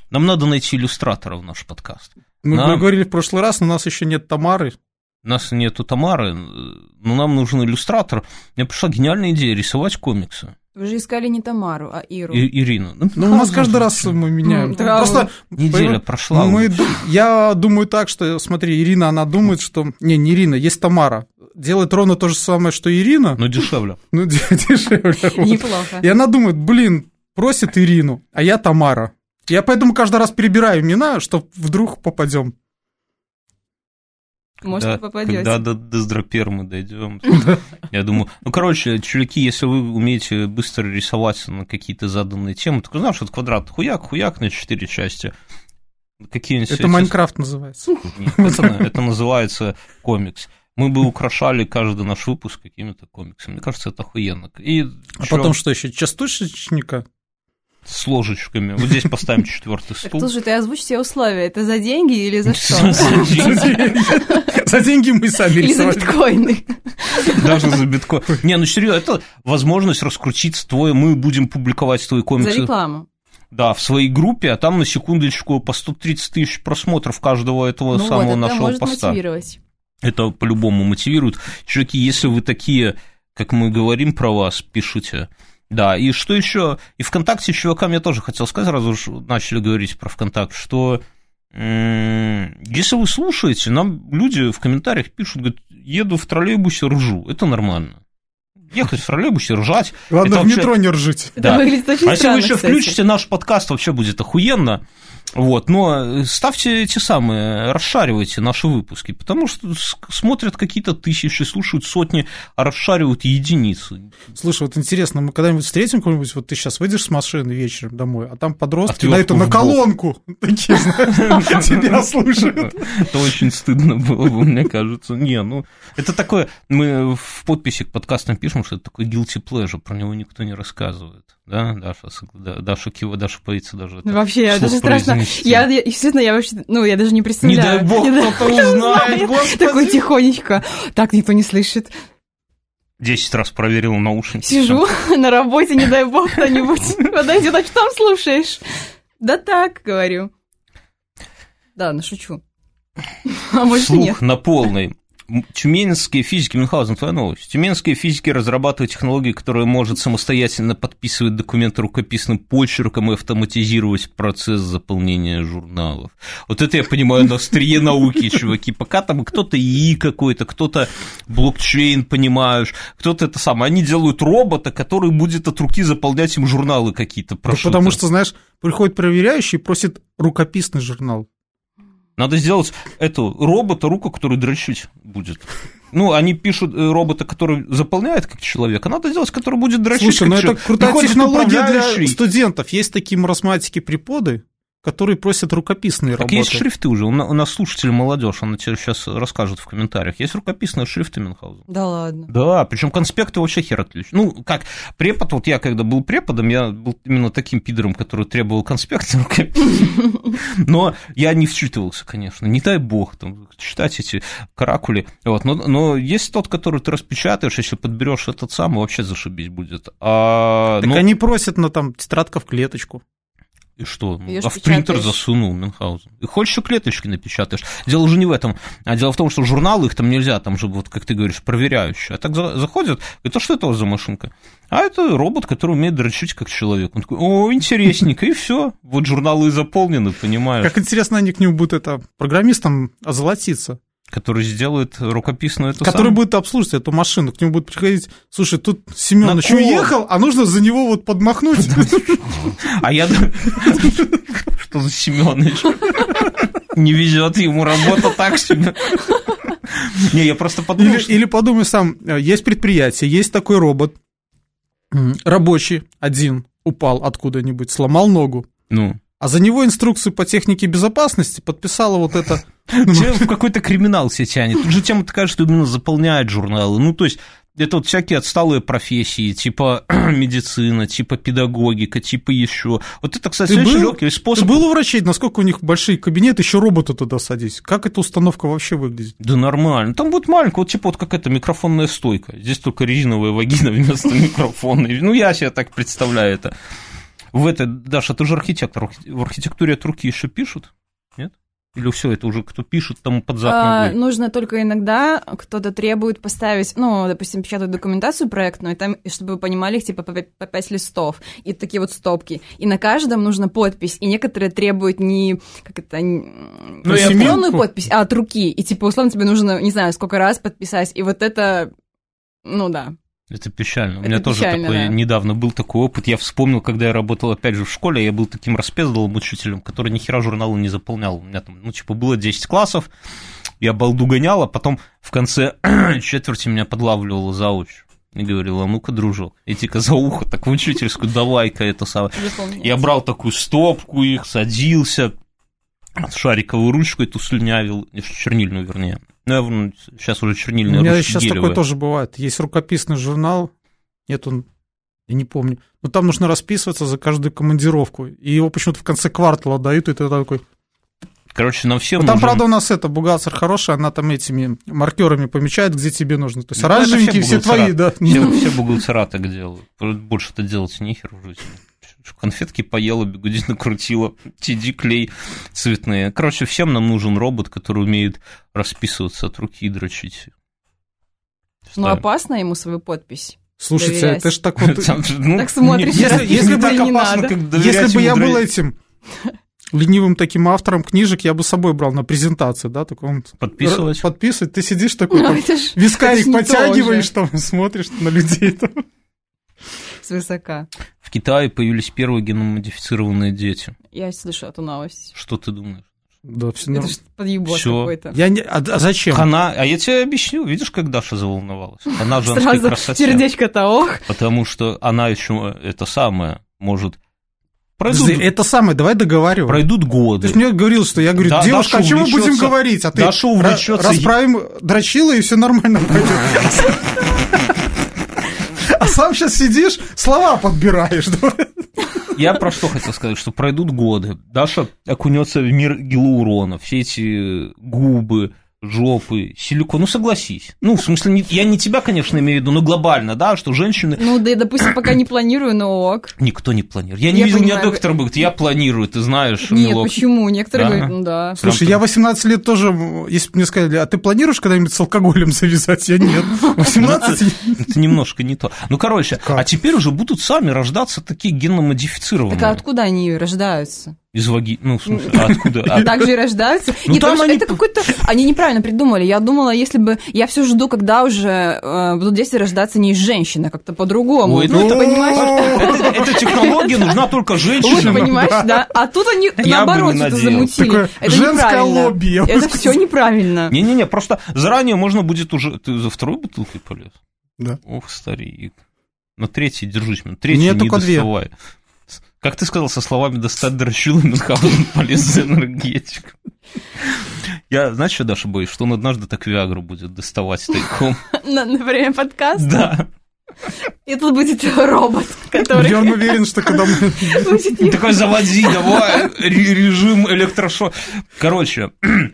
[SPEAKER 2] Нам надо найти иллюстратора в наш подкаст.
[SPEAKER 1] Ну,
[SPEAKER 2] Нам-
[SPEAKER 1] Мы говорили в прошлый раз, но у нас еще нет Тамары.
[SPEAKER 2] У нас нету Тамары, э, но нам нужен иллюстратор. Мне пришла гениальная идея рисовать комиксы.
[SPEAKER 3] Вы же искали не Тамару, а Иру.
[SPEAKER 2] И- Ирина. Ну,
[SPEAKER 1] Ну, у нас каждый раз мы меняем.
[SPEAKER 3] М, да.
[SPEAKER 1] Просто
[SPEAKER 2] Неделя прошла.
[SPEAKER 1] мы, я думаю так, что, смотри, Ирина, она думает, что... Не, не Ирина, есть Тамара. Делает ровно то же самое, что Ирина,
[SPEAKER 2] Но дешевле.
[SPEAKER 1] ну, де- (laughs) дешевле. вот.
[SPEAKER 3] Неплохо.
[SPEAKER 1] И она думает, блин, просит Ирину, а я Тамара. Я поэтому каждый раз перебираю имена, чтобы вдруг попадем.
[SPEAKER 3] Может,
[SPEAKER 2] Да,
[SPEAKER 3] вы попадете.
[SPEAKER 2] Когда до, до Здропер мы дойдем.
[SPEAKER 1] (laughs)
[SPEAKER 2] Я думаю, ну, короче, чуваки, если вы умеете быстро рисовать на какие-то заданные темы, так знаешь, вот квадрат хуяк, хуяк на четыре части. Какие-нибудь
[SPEAKER 1] Это
[SPEAKER 2] эти-
[SPEAKER 1] Майнкрафт называется.
[SPEAKER 3] Ну,
[SPEAKER 2] Нет, (laughs) Это, на- это называется комикс. Мы бы украшали каждый наш выпуск какими-то комиксами. Мне кажется, это охуенно. И
[SPEAKER 1] А
[SPEAKER 2] чё,
[SPEAKER 1] потом что еще?
[SPEAKER 3] (laughs)
[SPEAKER 1] Частушечника?
[SPEAKER 2] с ложечками. Вот здесь поставим четвертый
[SPEAKER 3] Так,
[SPEAKER 2] стул.
[SPEAKER 3] слушай, ты озвучь все условия. Это за деньги
[SPEAKER 2] (laughs)
[SPEAKER 3] или за что?
[SPEAKER 1] За деньги мы сами
[SPEAKER 3] Или за
[SPEAKER 1] рисовали.
[SPEAKER 3] биткоины.
[SPEAKER 2] Даже за биткоин. Не, ну серьезно, это возможность раскрутить твой. Мы будем публиковать твои
[SPEAKER 3] (laughs) За
[SPEAKER 2] комиксы.
[SPEAKER 3] рекламу.
[SPEAKER 2] Да, в своей группе, а там на секундочку по 130 тысяч просмотров каждого этого
[SPEAKER 3] Ну вот,
[SPEAKER 2] самого
[SPEAKER 3] это
[SPEAKER 2] нашего
[SPEAKER 3] может
[SPEAKER 2] поста.
[SPEAKER 3] мотивировать.
[SPEAKER 2] Это по-любому мотивирует. Чуваки, если вы такие, как мы говорим про вас, пишите. Да, и что еще? И ВКонтакте чувакам я тоже хотел сказать, раз уж начали говорить про ВКонтакт, что м, если вы слушаете, нам люди в комментариях пишут, говорят, еду в троллейбусе, ржу. Это нормально. Ехать в троллейбусе, ржать.
[SPEAKER 1] Ладно,
[SPEAKER 2] Это
[SPEAKER 1] в
[SPEAKER 2] вообще-
[SPEAKER 1] метро не ржите.
[SPEAKER 2] Да.
[SPEAKER 3] Это выглядит очень
[SPEAKER 2] А если вы
[SPEAKER 3] странно,
[SPEAKER 2] еще
[SPEAKER 3] кстати.
[SPEAKER 2] включите наш подкаст, вообще будет охуенно. Вот, но э, ставьте эти самые, расшаривайте наши выпуски, потому что с- смотрят какие-то тысячи, слушают сотни, а расшаривают единицы.
[SPEAKER 1] Слушай, вот интересно, мы когда-нибудь встретим кого-нибудь, вот ты сейчас выйдешь с машины вечером домой, а там подростки
[SPEAKER 2] Отвёртку
[SPEAKER 1] на эту на
[SPEAKER 2] в бок.
[SPEAKER 1] колонку (laughs) такие, знаешь, тебя слушают.
[SPEAKER 2] Это очень стыдно было бы, мне кажется. Не, ну, это такое, мы в подписи к подкастам пишем, что это такой guilty pleasure, про него никто не рассказывает. Да, Даша, сог- да, Даша Кива, Даша боится даже
[SPEAKER 3] Ну,
[SPEAKER 2] это
[SPEAKER 3] вообще, я
[SPEAKER 2] вслух
[SPEAKER 3] даже страшно.
[SPEAKER 2] произнести.
[SPEAKER 3] Я, я- естественно, я вообще, ну, я даже не
[SPEAKER 2] Не
[SPEAKER 3] представляю.
[SPEAKER 2] дай бог, кто-то узнает,
[SPEAKER 3] знает. Такой
[SPEAKER 2] господи.
[SPEAKER 3] тихонечко. Так никто не слышит.
[SPEAKER 2] Десять раз проверил наушники.
[SPEAKER 3] Сижу (laughs) на работе, не дай бог
[SPEAKER 2] (laughs)
[SPEAKER 3] кто-нибудь подойдет, а что там слушаешь? Да так, говорю. Да, ну шучу. (laughs) А больше
[SPEAKER 2] Вслух
[SPEAKER 3] нет.
[SPEAKER 2] на полный. М, Тюменские физики, Мюнхгаузен, твоя новость. Тюменские физики разрабатывают технологию, которая может самостоятельно подписывать документы рукописным почерком и автоматизировать процесс заполнения журналов. Вот это я понимаю на острие науки, чуваки. Пока там кто-то ИИ какой-то, кто-то блокчейн, понимаешь, кто-то это самое. Они делают робота, который будет от руки заполнять им журналы какие-то.
[SPEAKER 1] Да
[SPEAKER 2] прошитые.
[SPEAKER 1] Потому что, знаешь, приходит проверяющий и просит рукописный журнал.
[SPEAKER 2] Надо сделать эту робота, руку, который дрочить будет. Ну, они пишут э, робота, который заполняет как человек, а надо сделать, который будет дрочить
[SPEAKER 1] Слушай,
[SPEAKER 2] как
[SPEAKER 1] ну это
[SPEAKER 2] человек.
[SPEAKER 1] крутая
[SPEAKER 2] Приходит
[SPEAKER 1] технология для
[SPEAKER 2] управляющий.
[SPEAKER 1] студентов. Есть такие маразматики-преподы, которые просят рукописные
[SPEAKER 2] Так
[SPEAKER 1] работы.
[SPEAKER 2] есть шрифты уже. У на- у нас слушатель молодежь, она тебе сейчас расскажет в комментариях. Есть рукописные шрифты Мюнхгаузена.
[SPEAKER 3] Да ладно.
[SPEAKER 2] Да, причем конспекты вообще хер отлич. Ну, как препод, вот я когда был преподом, я был именно таким пидором, который требовал конспекты рукописные. Но я не вчитывался, конечно, не дай бог там читать эти каракули. Вот, но, но есть тот, который ты распечатаешь, если подберешь этот самый, вообще зашибись будет. А,
[SPEAKER 1] Так
[SPEAKER 2] ну,
[SPEAKER 1] они просят на там тетрадка в клеточку.
[SPEAKER 2] и что?
[SPEAKER 3] Её ж
[SPEAKER 2] а в принтер
[SPEAKER 3] печатаешь.
[SPEAKER 2] засунул Мюнхгаузен. И хочешь, и клеточки напечатаешь. Дело уже не в этом. А дело в том, что журналы их там нельзя, там же, вот как ты говоришь, проверяющие. А так за- заходят, это что это у вас за машинка? А это робот, который умеет дрочить как человек. Он такой, о, интересненько, и все. Вот журналы и заполнены, понимаешь,
[SPEAKER 1] Как интересно, они к нему будут это программистом озолотиться,
[SPEAKER 2] который сделает рукописную эту
[SPEAKER 1] который
[SPEAKER 2] самую-
[SPEAKER 1] будет обслуживать эту машину. К нему будут приходить. Слушай, тут Семен еще
[SPEAKER 2] Наклон.
[SPEAKER 1] уехал, а нужно за него вот
[SPEAKER 2] (laughs)
[SPEAKER 1] подмахнуть.
[SPEAKER 2] А я... думаю, (laughs) Что за Семёныч? Не везет ему работа так себе. Не, я просто подумал,
[SPEAKER 1] Или,
[SPEAKER 2] что...
[SPEAKER 1] или подумай сам, э, есть предприятие, есть такой робот, м, рабочий один упал откуда-нибудь, сломал ногу,
[SPEAKER 2] Ну,
[SPEAKER 1] а за него инструкцию по технике безопасности подписала вот это...
[SPEAKER 2] Тебя в какой-то криминал все тянет. Тут же тема такая, что именно заполняют журналы. Ну, то есть, это вот всякие отсталые профессии, типа (clears throat) медицина, типа педагогика, типа еще. Вот это, кстати,
[SPEAKER 1] Ты
[SPEAKER 2] очень
[SPEAKER 1] был?
[SPEAKER 2] легкий
[SPEAKER 1] Ты
[SPEAKER 2] способ.
[SPEAKER 1] был у врачей, насколько у них большие кабинеты, еще робота туда садись. Как эта установка вообще выглядит?
[SPEAKER 2] Да нормально. Там будет маленько, вот типа вот какая-то микрофонная стойка. Здесь только резиновая вагина (laughs) вместо микрофона. Ну, я себе так представляю это. В этой, Даша, ты же архитектор. В архитектуре от руки еще пишут? Нет? Или все это уже кто пишет, тому под зад
[SPEAKER 3] А,
[SPEAKER 2] ногой?
[SPEAKER 3] нужно только иногда кто-то требует поставить, ну, допустим, печатают документацию проектную, и там, и чтобы вы понимали, их типа по пя- по пять листов, и такие вот стопки. И на каждом нужна подпись, и некоторые требуют не, как это, не
[SPEAKER 1] Ну, я
[SPEAKER 3] электронную
[SPEAKER 1] понял.
[SPEAKER 3] подпись, а от руки. И типа, условно, тебе нужно, не знаю, сколько раз подписать, и вот это, ну да.
[SPEAKER 2] Это печально. У
[SPEAKER 3] Это
[SPEAKER 2] меня тоже
[SPEAKER 3] печально,
[SPEAKER 2] такой
[SPEAKER 3] да.
[SPEAKER 2] недавно был такой опыт. Я вспомнил, когда я работал опять же в школе, я был таким распездалым учителем, который ни хера журналы не заполнял. У меня там, ну, типа, было 10 классов, я балду гонял, а потом в конце (clears throat) четверти меня подлавливала зауч. И говорила, «А ну-ка, дружок, иди-ка за ухо, так в учительскую, давай-ка это самое. Я брал такую стопку их, садился, шариковую ручку эту слюнявил, чернильную, вернее. Ну, сейчас уже
[SPEAKER 1] У
[SPEAKER 2] чернильная
[SPEAKER 1] меня
[SPEAKER 2] ручка
[SPEAKER 1] сейчас такое
[SPEAKER 2] гелевая.
[SPEAKER 1] тоже бывает. Есть рукописный журнал, нет, он, я не помню. Но там нужно расписываться за каждую командировку. И его почему-то в конце квартала дают, и ты такой,
[SPEAKER 2] Короче, нам всем
[SPEAKER 1] Ну, там,
[SPEAKER 2] нужен-
[SPEAKER 1] правда, у нас это, бухгалтер хорошая, она там этими маркерами помечает, где тебе нужно. То есть
[SPEAKER 2] Ну, это
[SPEAKER 1] оранжевенькие все
[SPEAKER 2] вообще
[SPEAKER 1] твои, да. Ну,
[SPEAKER 3] Ну.
[SPEAKER 2] Все, все бухгалтера так делают. Больше-то делать нехер в жизни. Конфетки поела, бигуди накрутила, тиди клей цветные. Короче, всем нам нужен робот, который умеет расписываться от руки и дрочить.
[SPEAKER 3] Ну,
[SPEAKER 2] Ставим.
[SPEAKER 3] опасно ему свою подпись.
[SPEAKER 1] Слушайте,
[SPEAKER 3] Доверяйся.
[SPEAKER 1] это ж так вот...
[SPEAKER 2] Там же, ну,
[SPEAKER 3] Так смотришь,
[SPEAKER 2] не-
[SPEAKER 1] если- если
[SPEAKER 2] не
[SPEAKER 1] бы
[SPEAKER 2] так
[SPEAKER 3] не
[SPEAKER 2] опасно,
[SPEAKER 3] надо.
[SPEAKER 2] как доверять
[SPEAKER 1] Если бы
[SPEAKER 2] ему
[SPEAKER 1] я
[SPEAKER 2] дрочить.
[SPEAKER 1] был этим ленивым таким автором книжек, я бы с собой брал на презентации, да, так он
[SPEAKER 2] Подписывать.
[SPEAKER 1] р- подписывает, ты сидишь такой,
[SPEAKER 3] Ну, (laughs)
[SPEAKER 1] там,
[SPEAKER 3] это ж
[SPEAKER 1] вискарик
[SPEAKER 3] это ж не то
[SPEAKER 1] потягиваешь,
[SPEAKER 3] уже.
[SPEAKER 1] там, смотришь на людей. там.
[SPEAKER 3] свысока.
[SPEAKER 2] В Китае появились первые геномодифицированные дети.
[SPEAKER 3] Я слышу эту новость.
[SPEAKER 2] Что ты думаешь?
[SPEAKER 1] Да, все
[SPEAKER 3] Это ж подъебос
[SPEAKER 2] Всё.
[SPEAKER 3] какой-то.
[SPEAKER 1] Я не... А а зачем?
[SPEAKER 2] Она, а я тебе объясню, видишь, как Даша заволновалась? Она женской
[SPEAKER 3] Сразу
[SPEAKER 2] красоте.
[SPEAKER 3] сердечко-то ох.
[SPEAKER 2] Потому что она еще это самое может. Пройдут,
[SPEAKER 1] Подожди, Это самое, давай договаривай.
[SPEAKER 2] пройдут
[SPEAKER 1] Ты
[SPEAKER 2] годы.
[SPEAKER 1] же мне говорил, что я говорю,
[SPEAKER 2] Да,
[SPEAKER 1] девушка,
[SPEAKER 2] Даша
[SPEAKER 1] о чем мы
[SPEAKER 2] увлечется-
[SPEAKER 1] будем говорить? А ты
[SPEAKER 2] Даша
[SPEAKER 1] ра-
[SPEAKER 2] увлечется-
[SPEAKER 1] расправим дрочила, и все нормально пойдет. А сам сейчас сидишь, слова подбираешь. да?
[SPEAKER 2] Я про что хотел сказать, что пройдут годы. Даша окунется в мир гиалурона, все эти губы, жопы, силикон. Ну, согласись. Ну, в смысле, не- я не тебя, конечно, имею в виду, но глобально, да, что женщины...
[SPEAKER 3] Ну, да, и, допустим, пока не планирую, но ок.
[SPEAKER 2] Никто не планирует. Я не
[SPEAKER 3] Я
[SPEAKER 2] видел ни
[SPEAKER 3] понимаю.
[SPEAKER 2] одного, который бы говорит, я планирую, ты знаешь,
[SPEAKER 3] Нет,
[SPEAKER 2] милок.
[SPEAKER 3] почему? Некоторые
[SPEAKER 2] Да.
[SPEAKER 3] говорят, ну да.
[SPEAKER 1] Слушай, я 18 лет тоже, м, если бы мне сказали, а ты планируешь когда-нибудь с алкоголем завязать? Я нет. 18?
[SPEAKER 2] Это немножко не то. Ну, короче,
[SPEAKER 1] Как?
[SPEAKER 2] а теперь уже будут сами рождаться такие геномодифицированные.
[SPEAKER 3] Так а откуда они рождаются?
[SPEAKER 2] Из ваги... Ну, в смысле, а откуда? А-
[SPEAKER 3] Так же
[SPEAKER 2] (laughs)
[SPEAKER 3] и рождаются.
[SPEAKER 2] Ну,
[SPEAKER 3] Нет,
[SPEAKER 2] там
[SPEAKER 3] потому что
[SPEAKER 2] они
[SPEAKER 3] это какой-то... Они неправильно придумали. Я думала, если бы... Я все жду, когда уже э, будут дети рождаться не из женщины, а как-то по-другому.
[SPEAKER 2] Ой,
[SPEAKER 3] Ну,
[SPEAKER 2] ну,
[SPEAKER 3] ты понимаешь?
[SPEAKER 2] Это- Эта технология нужна только
[SPEAKER 3] Вот,
[SPEAKER 2] женщинам.
[SPEAKER 3] понимаешь, да. А тут они
[SPEAKER 2] Я бы
[SPEAKER 3] наоборот
[SPEAKER 2] не
[SPEAKER 3] это
[SPEAKER 2] надеялся.
[SPEAKER 3] замутили.
[SPEAKER 1] Такое
[SPEAKER 3] Это
[SPEAKER 1] женское
[SPEAKER 3] неправильно.
[SPEAKER 1] лобби, я бы
[SPEAKER 3] Это
[SPEAKER 1] сказал.
[SPEAKER 3] все неправильно.
[SPEAKER 1] (laughs)
[SPEAKER 2] Не-не-не, просто заранее можно будет уже... Ты за второй бутылкой полез?
[SPEAKER 1] Да.
[SPEAKER 2] Ох, старик. На третьей держись, на третью
[SPEAKER 1] Нет,
[SPEAKER 2] не
[SPEAKER 1] только две.
[SPEAKER 2] доставай. Как ты сказал со словами «Достадер Шюлененхаузен полез за энергетик»? Я, знаешь, что, Даша, боюсь, что он однажды так Виагру будет доставать тайком.
[SPEAKER 3] На, на время подкаста.
[SPEAKER 2] Да.
[SPEAKER 3] И тут будет (laughs) робот, который
[SPEAKER 1] Я уверен, что когда мы...
[SPEAKER 3] (laughs) будет
[SPEAKER 2] И
[SPEAKER 3] не-
[SPEAKER 2] Такой заводи, давай, ре- режим электрошок. Короче, (clears throat)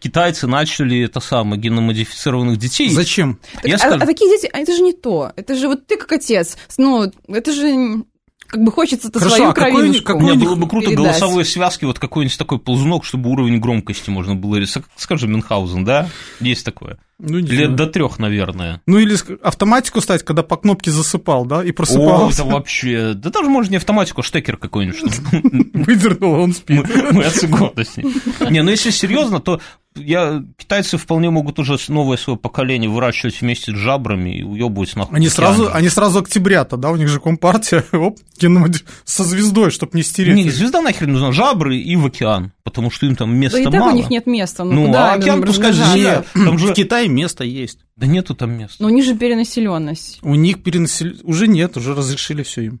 [SPEAKER 2] китайцы начали это самое, геномодифицированных детей.
[SPEAKER 1] Зачем?
[SPEAKER 3] Так,
[SPEAKER 2] Я
[SPEAKER 3] а,
[SPEAKER 2] скажу.
[SPEAKER 3] а такие дети, а это же не то. Это же вот ты как отец. Ну, это же н- как бы хочется-то
[SPEAKER 1] Хорошо,
[SPEAKER 3] свою
[SPEAKER 1] а какой-
[SPEAKER 3] кровиночку.
[SPEAKER 2] У меня
[SPEAKER 1] какой-
[SPEAKER 2] было бы круто
[SPEAKER 3] передать.
[SPEAKER 2] голосовые связки, вот какой-нибудь такой ползунок, чтобы уровень громкости можно было рисовать. Скажи, Мюнхгаузен, да? Есть такое.
[SPEAKER 1] Ну, не
[SPEAKER 2] Лет
[SPEAKER 1] знаю.
[SPEAKER 2] до трех, наверное.
[SPEAKER 1] Ну или ск- автоматику стать, когда по кнопке засыпал, да, и
[SPEAKER 2] О, это
[SPEAKER 1] просыпался.
[SPEAKER 2] вообще... Да даже можно не автоматику, а штекер какой-нибудь, чтобы
[SPEAKER 1] (laughs) Выдернул, он спит.
[SPEAKER 2] Мы, мы отцы гордости. (laughs) Не, ну если серьезно, то я, китайцы вполне могут уже новое свое поколение выращивать вместе с жабрами и уебывать нахуй.
[SPEAKER 1] Они
[SPEAKER 2] в
[SPEAKER 1] сразу,
[SPEAKER 2] океане. Ну,
[SPEAKER 1] они сразу октября-то, да, у них же компартия, (laughs) оп, киномоди- со звездой, чтобы не стереть.
[SPEAKER 2] Не, звезда нахрен нужна, жабры и в океан, потому что им там места
[SPEAKER 3] Да и так
[SPEAKER 2] мало.
[SPEAKER 3] у них нет места. Ну,
[SPEAKER 2] Ну,
[SPEAKER 3] куда
[SPEAKER 2] а
[SPEAKER 3] им
[SPEAKER 2] океан пускай
[SPEAKER 3] размножаться?
[SPEAKER 2] жжет.
[SPEAKER 1] (clears throat)
[SPEAKER 2] Там же-
[SPEAKER 4] В Китае место есть.
[SPEAKER 2] Да нету там места.
[SPEAKER 3] Но Ну, у них же перенаселенность. (laughs)
[SPEAKER 1] У них перенасел... уже нет, уже разрешили все им.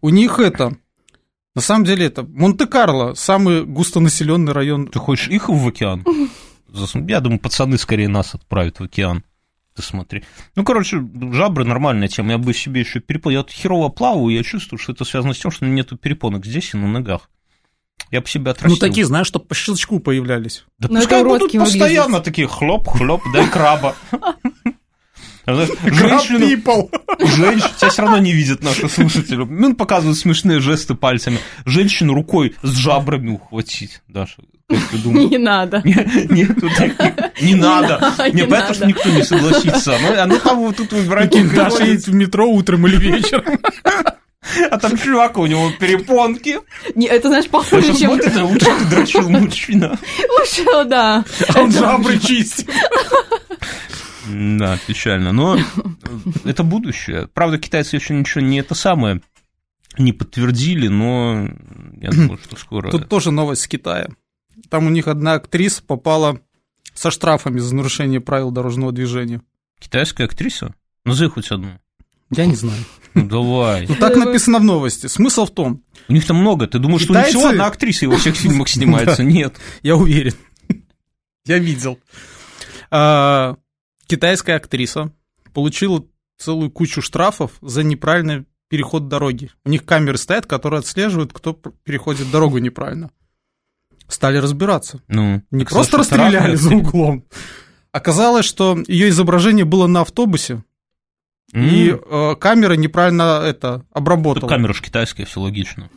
[SPEAKER 1] У них это, на самом деле это Монте-Карло, самый густонаселенный район.
[SPEAKER 2] Ты хочешь их в
[SPEAKER 4] (laughs)
[SPEAKER 2] океан? Зас- Я думаю, пацаны скорее нас отправят в океан. Ты смотри. Ну, короче, жабры нормальная тема. Я бы себе еще перепон. Я вот херово плаваю, и я чувствую, что это связано с тем, что у меня нету перепонок здесь и на ногах. Я бы себя отрастил.
[SPEAKER 4] Ну, такие, ну, знаешь, что
[SPEAKER 1] По щелчку появлялись.
[SPEAKER 2] Да
[SPEAKER 3] Но это
[SPEAKER 2] пускай будут
[SPEAKER 3] уродски
[SPEAKER 2] постоянно такие хлоп-хлоп, дай краба. А
[SPEAKER 4] (laughs)
[SPEAKER 2] знаешь, Женщину,
[SPEAKER 1] Крапипал.
[SPEAKER 2] женщину, тебя все равно не видят наши слушатели. Ну, Он показывает смешные жесты пальцами. Женщину рукой с жабрами ухватить, Даша. Как ты думаешь?
[SPEAKER 3] Не надо.
[SPEAKER 2] Не- (laughs) Нету таких. Не надо.
[SPEAKER 3] надо,
[SPEAKER 2] Не,
[SPEAKER 3] не
[SPEAKER 2] понятно, что
[SPEAKER 3] надо.
[SPEAKER 2] никто не согласится. Ну, а ну там вот тут выбирать не
[SPEAKER 1] Даже
[SPEAKER 2] приходится.
[SPEAKER 1] в метро утром или вечером.
[SPEAKER 2] А там чувак, у него перепонки.
[SPEAKER 3] Не, это, знаешь,
[SPEAKER 2] Даша
[SPEAKER 3] похуже, чем...
[SPEAKER 2] смотрит, а лучше ты дрочил мужчина.
[SPEAKER 3] (laughs) Лучше, ну, да.
[SPEAKER 1] А он жабры чистит.
[SPEAKER 2] Да, печально. Но это будущее. Правда, китайцы еще ничего не это самое не подтвердили, но я думаю, что скоро.
[SPEAKER 1] Тут тоже новость с Китая. Там у них одна актриса попала со штрафами за нарушение правил дорожного движения.
[SPEAKER 2] Китайская актриса? Назови хоть одну.
[SPEAKER 1] Я не знаю.
[SPEAKER 2] Ну давай.
[SPEAKER 1] Ну так написано в новости. Смысл в том,
[SPEAKER 2] У них там много. Ты думаешь, что у них всего
[SPEAKER 1] Китайцы?
[SPEAKER 2] одна актриса и
[SPEAKER 1] (laughs)
[SPEAKER 2] во всех фильмах снимается? Нет.
[SPEAKER 1] я уверен. (laughs) Я видел. А, Китайская актриса получила целую кучу штрафов за неправильный переход дороги. У них камеры стоят, которые отслеживают, кто п- переходит дорогу неправильно. Стали разбираться.
[SPEAKER 2] Ну.
[SPEAKER 1] Не
[SPEAKER 2] так
[SPEAKER 1] просто
[SPEAKER 2] слушай,
[SPEAKER 1] расстреляли
[SPEAKER 2] трахают.
[SPEAKER 1] за углом. Оказалось, что ее изображение было на автобусе,
[SPEAKER 2] М,
[SPEAKER 1] и э, камера неправильно это
[SPEAKER 2] Тут
[SPEAKER 1] обработала.
[SPEAKER 2] камера же китайская, все логично.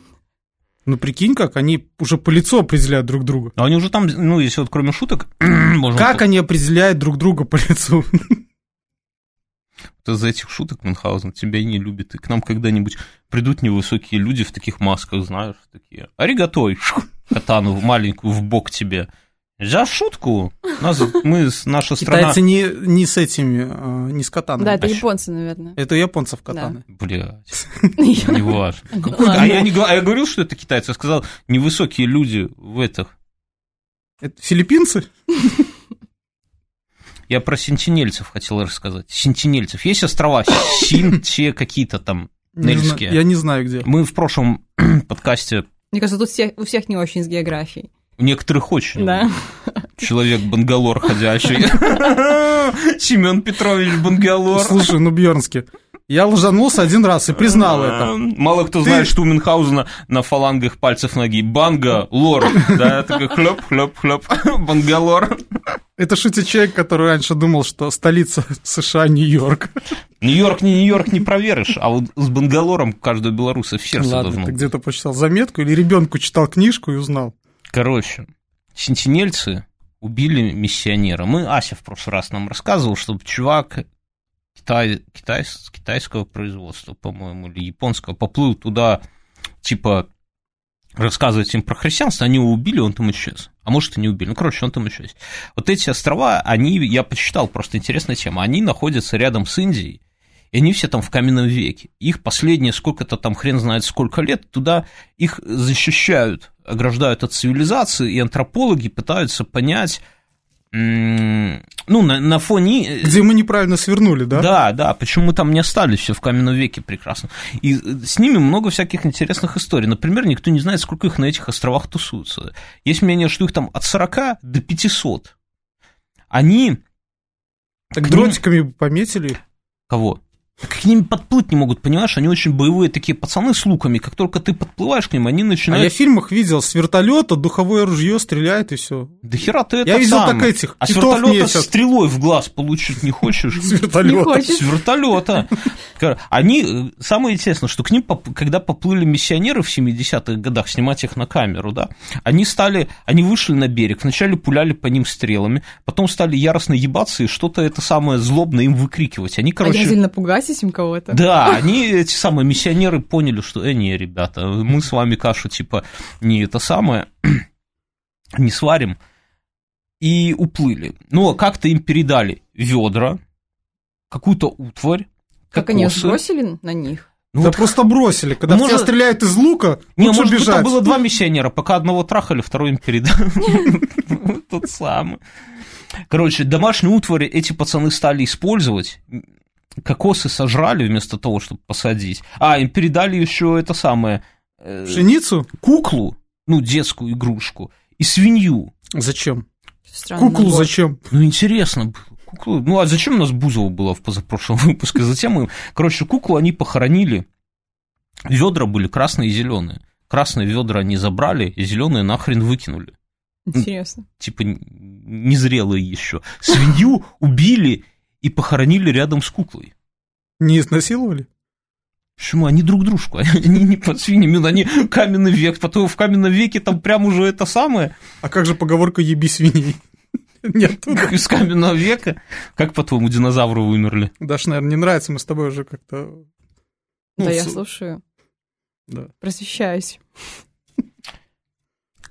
[SPEAKER 1] Ну прикинь, как они уже по лицу определяют друг друга.
[SPEAKER 2] А они уже там, ну, если вот кроме шуток, (clears throat) можно...
[SPEAKER 1] Как
[SPEAKER 2] вот
[SPEAKER 1] они определяют друг друга по
[SPEAKER 2] (laughs)
[SPEAKER 1] лицу?
[SPEAKER 2] из-за этих шуток Мюнхгаузен тебя не любит. И к нам когда-нибудь придут невысокие люди в таких масках, знаешь, такие. Аригатой! Шух! Катану в маленькую в бок тебе. За шутку! Нас, мы, с- наша страна...
[SPEAKER 1] Китайцы не, не с этими, а, не с катанами.
[SPEAKER 3] Да, это
[SPEAKER 2] а щ-
[SPEAKER 3] японцы, наверное.
[SPEAKER 1] Это японцев катаны.
[SPEAKER 2] Блядь,
[SPEAKER 3] (laughs) Я-
[SPEAKER 2] не важно.
[SPEAKER 3] Ладно.
[SPEAKER 2] А я, не, го- а я говорил, что это китайцы, я сказал, невысокие люди в этих.
[SPEAKER 1] Это филиппинцы?
[SPEAKER 2] Я про сентинельцев хотел рассказать. Сентинельцев. Есть острова? Синте какие-то там.
[SPEAKER 1] Не зна-
[SPEAKER 2] Нельские.
[SPEAKER 1] Я не знаю, где.
[SPEAKER 2] Мы в прошлом (clears throat) подкасте
[SPEAKER 3] Мне кажется, тут всех- у всех не очень с географией.
[SPEAKER 2] у некоторых очень.
[SPEAKER 3] Да.
[SPEAKER 2] Человек Бангалор (laughs) ходящий. Семен Петрович Бангалор.
[SPEAKER 1] Слушай, ну Бьернский, я лжанулся один раз и
[SPEAKER 2] А.
[SPEAKER 1] признал это.
[SPEAKER 2] Эм, Мало кто
[SPEAKER 1] Ты-
[SPEAKER 2] знает, что у Мюнхгаузена на фалангах пальцев ноги банга, лор, да, такой хлоп, хлоп, хлоп, (laughs) бангалор.
[SPEAKER 1] Это шутит человек, который раньше думал, что столица (laughs) США Нью-Йорк.
[SPEAKER 2] Нью-Йорк не Нью-Йорк не проверишь, а вот с бангалором каждого белоруса в сердце
[SPEAKER 1] Ладно,
[SPEAKER 2] должно
[SPEAKER 1] ты
[SPEAKER 2] быть.
[SPEAKER 1] где-то почитал заметку или ребенку читал книжку и узнал.
[SPEAKER 2] Короче, сентинельцы убили миссионера. Мы, Ася в прошлый раз нам рассказывал, что чувак китай, китай- китайского производства, по-моему, или японского, поплыл туда, типа, рассказывать им про христианство, они его убили, он там исчез. А может, и не убили. Ну, короче, он там исчез. Вот эти острова, они, я посчитал, просто интересная тема, они находятся рядом с Индией, и они все там в каменном веке. Их последние сколько-то там, хрен знает сколько лет, туда их защищают, ограждают от цивилизации, и антропологи пытаются понять, м, ну, на, на фоне...
[SPEAKER 1] Где мы неправильно свернули, да?
[SPEAKER 2] Да, да, почему там не остались все в каменном веке прекрасно. И э, с ними много всяких интересных историй. Например, никто не знает, сколько их на этих островах тусуются. Есть мнение, что их там от 40 до 500. Они...
[SPEAKER 1] Так
[SPEAKER 2] к ним-
[SPEAKER 1] дротиками бы пометили. их.
[SPEAKER 2] Кого? Так К ним подплыть не могут, понимаешь? Они очень боевые такие пацаны с луками. Как только ты подплываешь к ним, они
[SPEAKER 1] А я в
[SPEAKER 2] начинают...
[SPEAKER 1] фильмах видел с вертолета духовое ружье стреляет и все.
[SPEAKER 2] Да хера ты это
[SPEAKER 1] А Я видел
[SPEAKER 2] сам.
[SPEAKER 1] так этих.
[SPEAKER 2] А с
[SPEAKER 1] китов
[SPEAKER 2] вертолета
[SPEAKER 1] месяц.
[SPEAKER 2] стрелой в глаз получить не (laughs) хочешь?
[SPEAKER 1] С вертолета.
[SPEAKER 3] хочешь.
[SPEAKER 2] С вертолета. Они, э, самое интересное, что к ним, поп- когда поплыли миссионеры в 70-х годах, снимать их на камеру, да, они стали, они вышли на берег, вначале пуляли по ним стрелами, потом стали яростно ебаться и что-то это самое злобное им выкрикивать. Они,
[SPEAKER 3] А я
[SPEAKER 2] короче...
[SPEAKER 3] сильно пугасись им кого-то.
[SPEAKER 2] Да, они, эти самые миссионеры, поняли, что, э, не, ребята, мы с вами кашу, типа, не это самое, (clears throat) не сварим, и уплыли. Ну, а как-то им передали ведра, какую-то утварь,
[SPEAKER 3] Как они
[SPEAKER 2] кокосы.
[SPEAKER 3] сбросили на них?
[SPEAKER 2] Ну,
[SPEAKER 1] Да
[SPEAKER 2] вот
[SPEAKER 1] просто бросили. Когда в
[SPEAKER 2] Может-
[SPEAKER 1] тебя стреляют из лука,
[SPEAKER 2] Не,
[SPEAKER 1] лучше
[SPEAKER 2] может быть, там
[SPEAKER 1] бежать.
[SPEAKER 2] было два миссионера, пока одного трахали, второй им передали. Вот Тот самый. Короче, домашние утвари эти пацаны стали использовать. Кокосы сожрали вместо того, чтобы посадить. А, им передали еще это самое... э,
[SPEAKER 1] (laughs) Пшеницу?
[SPEAKER 2] Куклу, ну, детскую игрушку, и свинью.
[SPEAKER 1] Зачем?
[SPEAKER 3] Странный
[SPEAKER 1] Куклу
[SPEAKER 3] набор.
[SPEAKER 1] зачем?
[SPEAKER 2] Ну, интересно было. Куклу... Ну, а зачем у нас Бузова была в позапрошлом (laughs) выпуске? Затем, им- короче, куклу они похоронили. Ведра были красные и зеленые. Красные ведра они забрали, зеленые нахрен выкинули.
[SPEAKER 3] Интересно.
[SPEAKER 2] Типа н- незрелые еще. Свинью убили и похоронили рядом с куклой.
[SPEAKER 1] Не изнасиловали?
[SPEAKER 2] Почему они друг дружку? (laughs) Они не под свиньями, они каменный век. Потом в каменном веке там прям уже это самое.
[SPEAKER 1] А как же поговорка «еби свиней»? (laughs) Нет,
[SPEAKER 2] Как из каменного века. Как, по-твоему, динозавры вымерли?
[SPEAKER 1] Даша, наверное, не нравится, мы с тобой уже как-то... Ну,
[SPEAKER 3] Да, я
[SPEAKER 1] с-
[SPEAKER 3] слушаю.
[SPEAKER 1] Да.
[SPEAKER 3] Просвещаюсь.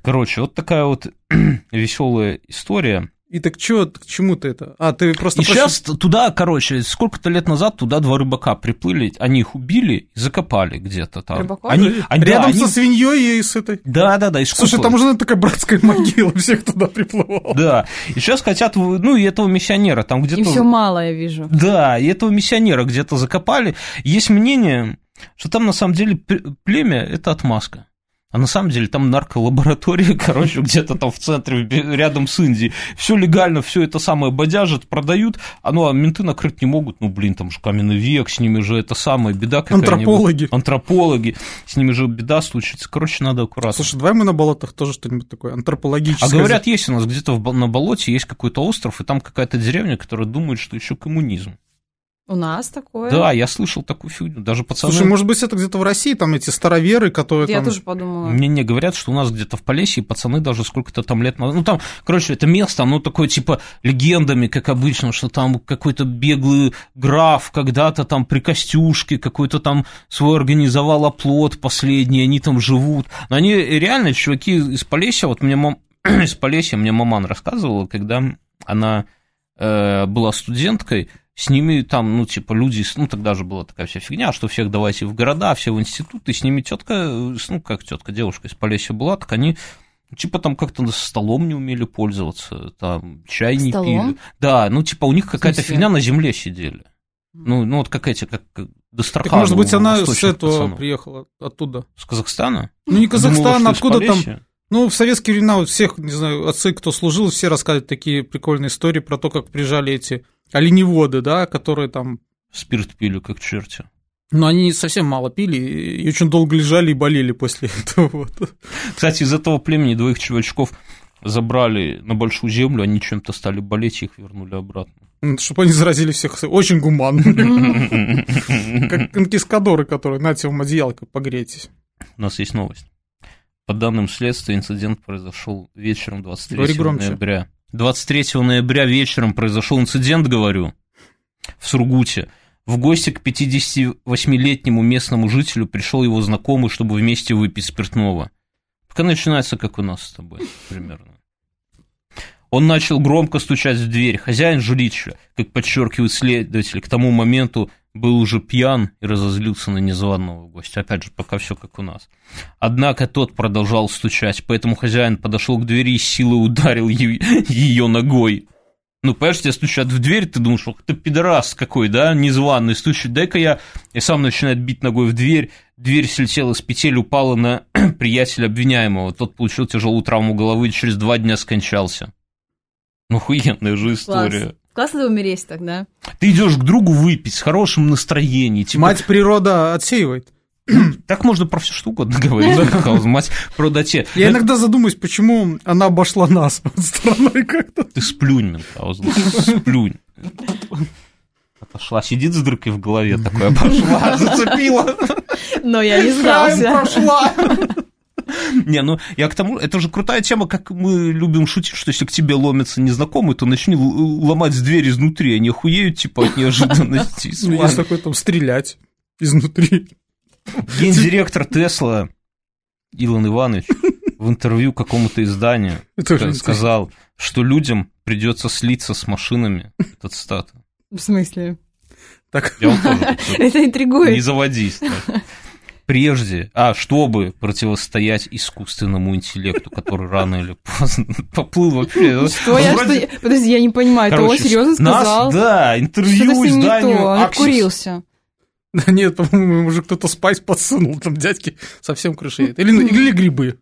[SPEAKER 2] Короче, вот такая вот (clears throat) веселая история.
[SPEAKER 1] И так чё, к чему ты это? А, ты просто...
[SPEAKER 2] И
[SPEAKER 1] проще- (laughs)
[SPEAKER 2] сейчас туда, короче, сколько-то лет назад туда два рыбака приплыли, они их убили и закопали где-то там.
[SPEAKER 3] Рыбаков?
[SPEAKER 2] Они, они- А, да,
[SPEAKER 1] Рядом
[SPEAKER 2] они-
[SPEAKER 1] со свиньей и с этой...
[SPEAKER 2] Да, да, да, из
[SPEAKER 1] Слушай,
[SPEAKER 2] куклы.
[SPEAKER 1] там уже наверное, такая
[SPEAKER 2] (laughs)
[SPEAKER 1] братская могила, всех туда приплывала.
[SPEAKER 2] Да, и сейчас хотят, вы- ну, и этого миссионера там где-то...
[SPEAKER 3] Им все мало, я вижу.
[SPEAKER 2] Да, и этого миссионера где-то закопали. Есть мнение, что там на самом деле п- племя – это отмазка. А на самом деле там нарколаборатория, (laughs) короче, где-то там в центре, бе- рядом с Индией. Все легально, все это самое бодяжат, продают. А ну, а менты накрыть не могут. Ну, блин, там же каменный век, с ними же это самое беда какая-нибудь.
[SPEAKER 1] Антропологи.
[SPEAKER 2] Антропологи, с ними же беда случится. Короче, надо аккуратно.
[SPEAKER 1] Слушай, давай мы на болотах тоже что-нибудь такое
[SPEAKER 2] А
[SPEAKER 1] антропологическое.
[SPEAKER 2] говорят, есть у нас где-то в бо- на болоте есть какой-то остров, и там какая-то деревня, которая думает, что еще коммунизм.
[SPEAKER 3] У нас такое.
[SPEAKER 2] Да, я слышал такую фигню. Даже пацаны...
[SPEAKER 1] Слушай, может быть, это где-то в России, там эти староверы, которые
[SPEAKER 3] Я
[SPEAKER 1] там...
[SPEAKER 3] тоже подумала.
[SPEAKER 2] Мне не говорят, что у нас где-то в Полесье пацаны даже сколько-то там лет назад. Ну, там, короче, это место, оно такое, типа, легендами, как обычно, что там какой-то беглый граф когда-то там при Костюшке какой-то там свой организовал оплот последний, они там живут. Но они э, реально, чуваки из Полесья, вот мне мам... (clears throat) из Полесья мне маман рассказывала, когда она э, была студенткой, с ними там, ну, типа, люди, с- ну, тогда же была такая вся фигня, что всех давайте в города, все в институты, с ними тетка, ну, как тетка, девушка из Полесья была, так они, ну, типа, там как-то на столом не умели пользоваться, там, чай не
[SPEAKER 3] Столом?
[SPEAKER 2] пили. Да, ну, типа, у них какая-то
[SPEAKER 3] смысле?
[SPEAKER 2] фигня на земле сидели. Ну, ну вот как эти, как как
[SPEAKER 1] Так,
[SPEAKER 2] Дастархан.
[SPEAKER 1] может быть,
[SPEAKER 2] у
[SPEAKER 1] она с
[SPEAKER 2] восточных
[SPEAKER 1] этого
[SPEAKER 2] пацанов.
[SPEAKER 1] приехала, оттуда.
[SPEAKER 2] С Казахстана?
[SPEAKER 1] Ну, не Казахстан,
[SPEAKER 2] Думала, что из
[SPEAKER 1] откуда там...
[SPEAKER 2] Полесья.
[SPEAKER 1] Ну, в советские времена вот всех, не знаю, отцы, кто служил, все рассказывают такие прикольные истории про то, как приезжали эти оленеводы, да, которые там...
[SPEAKER 2] Спирт пили, как черти.
[SPEAKER 1] Но они совсем мало пили и и очень долго лежали и болели после (laughs) этого. вот.
[SPEAKER 2] Кстати, из этого племени двоих чувачков забрали на большую землю, они чем-то стали болеть, их вернули обратно.
[SPEAKER 1] Чтобы Ну, они заразили всех. Очень
[SPEAKER 2] (laughs)
[SPEAKER 1] гуманно.
[SPEAKER 2] ну,
[SPEAKER 3] (laughs)
[SPEAKER 1] Как конкискадоры, которые, на тебе вам одеялко, погрейтесь.
[SPEAKER 2] У нас есть новость. По данным следствия, инцидент произошел вечером 23
[SPEAKER 1] Говори громче.
[SPEAKER 2] ноября. 23 ноября вечером произошел инцидент, говорю, в Сургуте. В гости к 58-летнему местному жителю пришел его знакомый, чтобы вместе выпить спиртного. Пока начинается, как у нас с тобой, примерно. Он начал громко стучать в дверь. Хозяин жилища, как подчеркивает следователь, к тому моменту был уже пьян и разозлился на незваного гостя. Опять же, пока все как у нас. Однако тот продолжал стучать, поэтому хозяин подошел к двери и силой ударил е- ее ногой. Ну, понимаешь, тебе стучат в дверь, ты думаешь, ох, ты пидорас какой, да, незваный, стучит, дай-ка я... И сам начинает бить ногой в дверь, дверь слетела с петель, упала на (clears throat) приятеля обвиняемого. Тот получил тяжелую травму головы и через два дня скончался. Ну, охуенная же история.
[SPEAKER 3] Класс. Классно умереть тогда.
[SPEAKER 2] Ты идешь к другу выпить с хорошим настроением. Типа,
[SPEAKER 1] Мать природа отсеивает.
[SPEAKER 2] Так можно про все что угодно (laughs)
[SPEAKER 1] (laughs)
[SPEAKER 2] говорить. Михаил, Мать природа отсеет.
[SPEAKER 1] Я
[SPEAKER 2] Ну,
[SPEAKER 1] иногда задумаюсь, почему она обошла нас (laughs) вот стороной как-то.
[SPEAKER 2] Ты сплюнь, Мюнхгаузен, сплюнь. Отошла, сидит с дыркой в голове, (laughs) такой обошла, зацепила.
[SPEAKER 3] Но я не
[SPEAKER 1] Краем
[SPEAKER 3] (laughs) сдался.
[SPEAKER 1] прошла.
[SPEAKER 2] Не, ну я к тому, это же крутая тема, как мы любим шутить, что если к тебе ломятся незнакомые, то начни л- ломать дверь изнутри, они охуеют типа от (laughs) неожиданности.
[SPEAKER 1] Ну, Есть такой там стрелять изнутри.
[SPEAKER 2] Гендиректор Тесла Илон Иванович в интервью какому-то изданию
[SPEAKER 1] Это очень
[SPEAKER 2] сказал, что людям придется слиться с машинами. Это цитата.
[SPEAKER 3] В смысле?
[SPEAKER 1] интересно. Так, (laughs)
[SPEAKER 2] Я вам тоже подсказываю.
[SPEAKER 3] (laughs) Это
[SPEAKER 2] Не
[SPEAKER 3] интригует.
[SPEAKER 2] заводись. да. Прежде, а чтобы противостоять искусственному интеллекту, который рано или поздно (laughs) поплыл вообще.
[SPEAKER 3] Ну Что я, что
[SPEAKER 2] Ну, Вроде-
[SPEAKER 3] я- Подожди, я не понимаю, это он
[SPEAKER 2] Короче,
[SPEAKER 3] серьезно
[SPEAKER 2] нас,
[SPEAKER 3] сказал?
[SPEAKER 2] да, интервью
[SPEAKER 3] Что-то с ним не
[SPEAKER 2] изданию
[SPEAKER 3] то, а он
[SPEAKER 2] «Аксис».
[SPEAKER 3] обкурился.
[SPEAKER 1] да нет, по-моему, ему уже кто-то спайс подсунул, там дядьки совсем крышеет. Или, ну, или грибы.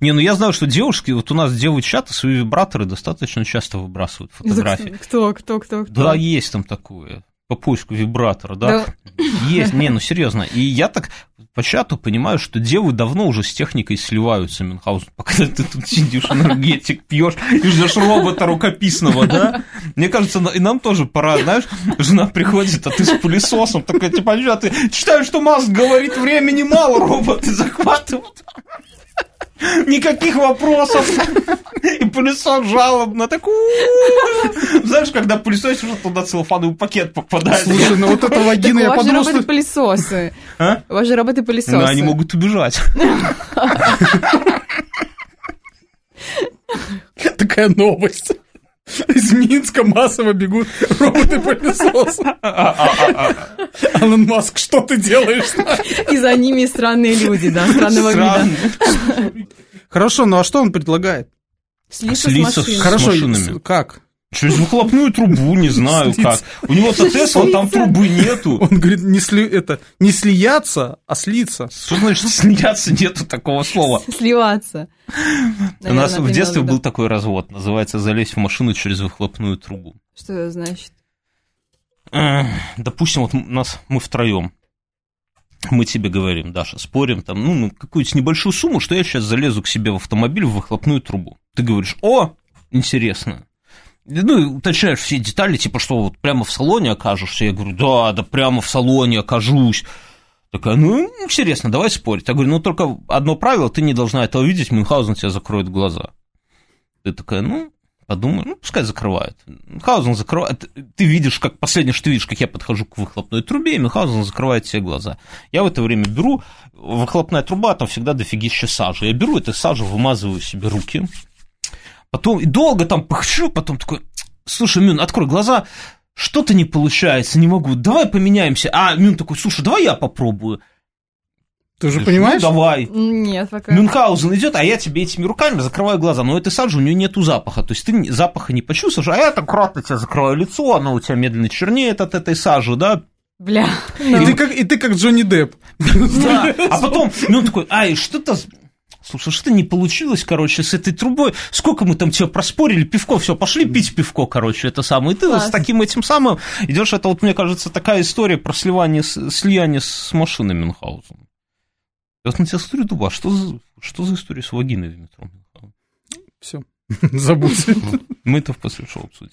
[SPEAKER 2] Не, ну я знаю, что девушки, вот у нас девчата свои вибраторы достаточно часто выбрасывают фотографии.
[SPEAKER 3] (laughs) Кто, кто, кто, кто?
[SPEAKER 2] Да, есть там такое. По поиску вибратора, да? Есть, не, ну серьезно. И я так по чату понимаю, что девы давно уже с техникой сливаются, Мюнхгаузен, пока ты тут сидишь, энергетик пьешь и ждешь робота рукописного, да? Мне кажется, на- и нам тоже пора, знаешь, жена приходит, а ты с пылесосом, такой, типа, «Жена, ты читаешь, что Маск говорит, времени мало, роботы захватывают. Никаких вопросов. И пылесос жалобно, так «У-у-у». Знаешь, когда пылесос уже туда целлофановый пакет попадает.
[SPEAKER 1] Слушай, ну вот это
[SPEAKER 3] Так у
[SPEAKER 1] вагина, я
[SPEAKER 3] вас же
[SPEAKER 1] подумал, что...
[SPEAKER 3] роботы-пылесосы.
[SPEAKER 2] (laughs) А?
[SPEAKER 3] У вас же роботы-пылесосы.
[SPEAKER 2] Ну, они могут убежать.
[SPEAKER 1] (laughs) Такая новость. Из Минска массово бегут роботы-пылесосы. Алан Маск, что ты делаешь?
[SPEAKER 3] И за ними странные
[SPEAKER 2] (laughs)
[SPEAKER 3] люди, да, странного вида.
[SPEAKER 2] Странно.
[SPEAKER 1] Хорошо, ну а что он предлагает?
[SPEAKER 3] Слиться с
[SPEAKER 2] Слиться с-
[SPEAKER 3] машины.
[SPEAKER 1] Хорошо,
[SPEAKER 2] машинами.
[SPEAKER 1] с- как?
[SPEAKER 2] Через выхлопную трубу, не знаю как.
[SPEAKER 1] Слиться.
[SPEAKER 2] У него-то Тесла, там трубы нету.
[SPEAKER 1] Он говорит, не, сли... это, не слияться, а слиться.
[SPEAKER 2] Что значит смеяться? Нету такого слова.
[SPEAKER 3] (laughs) Сливаться.
[SPEAKER 2] (laughs) У нас
[SPEAKER 3] Наверное,
[SPEAKER 2] в детстве
[SPEAKER 3] примерно,
[SPEAKER 2] был такой развод. Называется «залезть в машину через выхлопную трубу».
[SPEAKER 3] да. Что это значит?
[SPEAKER 2] Э, Допустим, вот у нас мы втроем. Мы тебе говорим, Даша, спорим там, ну, ну, какую-то небольшую сумму, что я сейчас залезу к себе в автомобиль в выхлопную трубу. Ты говоришь, о, интересно. Ну, и уточняешь все детали, типа, что вот прямо в салоне окажешься. Я говорю, да, да прямо в салоне окажусь. Такая, ну, интересно, давай спорить. Я говорю, ну, только одно правило, ты не должна этого видеть, Мюнхгаузен тебя закроет глаза. Ты такая, ну, подумай, ну, пускай закрывает. Мюнхгаузен закрывает. Ты видишь, как последнее, что ты видишь, как я подхожу к выхлопной трубе, и Мюнхгаузен закрывает тебе глаза. Я в это время беру, выхлопная труба, там всегда дофигища сажи. Я беру эту сажу, вымазываю себе руки, потом и долго там пыхчу, потом такой, слушай, Мюн, открой глаза, что-то не получается, не могу, давай поменяемся. А, Мюн такой, слушай, давай я попробую.
[SPEAKER 1] Ты уже
[SPEAKER 2] Говоришь,
[SPEAKER 1] понимаешь?
[SPEAKER 2] «Ну, давай.
[SPEAKER 3] М, Нет, пока.
[SPEAKER 2] Мюнхгаузен идет, а я тебе этими руками закрываю глаза. Но этой сажи у нее нету запаха. То есть ты не- запаха не почувствуешь, а я так аккуратно тебе закрываю лицо, оно у тебя медленно чернеет от этой сажи, да? (laughs)
[SPEAKER 3] Бля. Ну,
[SPEAKER 1] И ты, как, и ты как Джонни Депп.
[SPEAKER 2] Да. А потом, ну он такой, ай, что-то... с- Слушай, что-то не получилось, короче, с этой трубой. Сколько мы там тебя проспорили, пивко, все, пошли пить пивко, короче, это самое. И ты вот
[SPEAKER 3] Класс.
[SPEAKER 2] с таким этим самым идешь. Это вот, мне кажется, такая история про сливание, с- слияние с машиной Мюнхгаузена. Я вот на тебя смотрю, думаю, а что за, что за история с вагиной в метро Мюнхгаузена?
[SPEAKER 1] Все, (laughs) забудь.
[SPEAKER 2] Мы это в после шоу обсудим.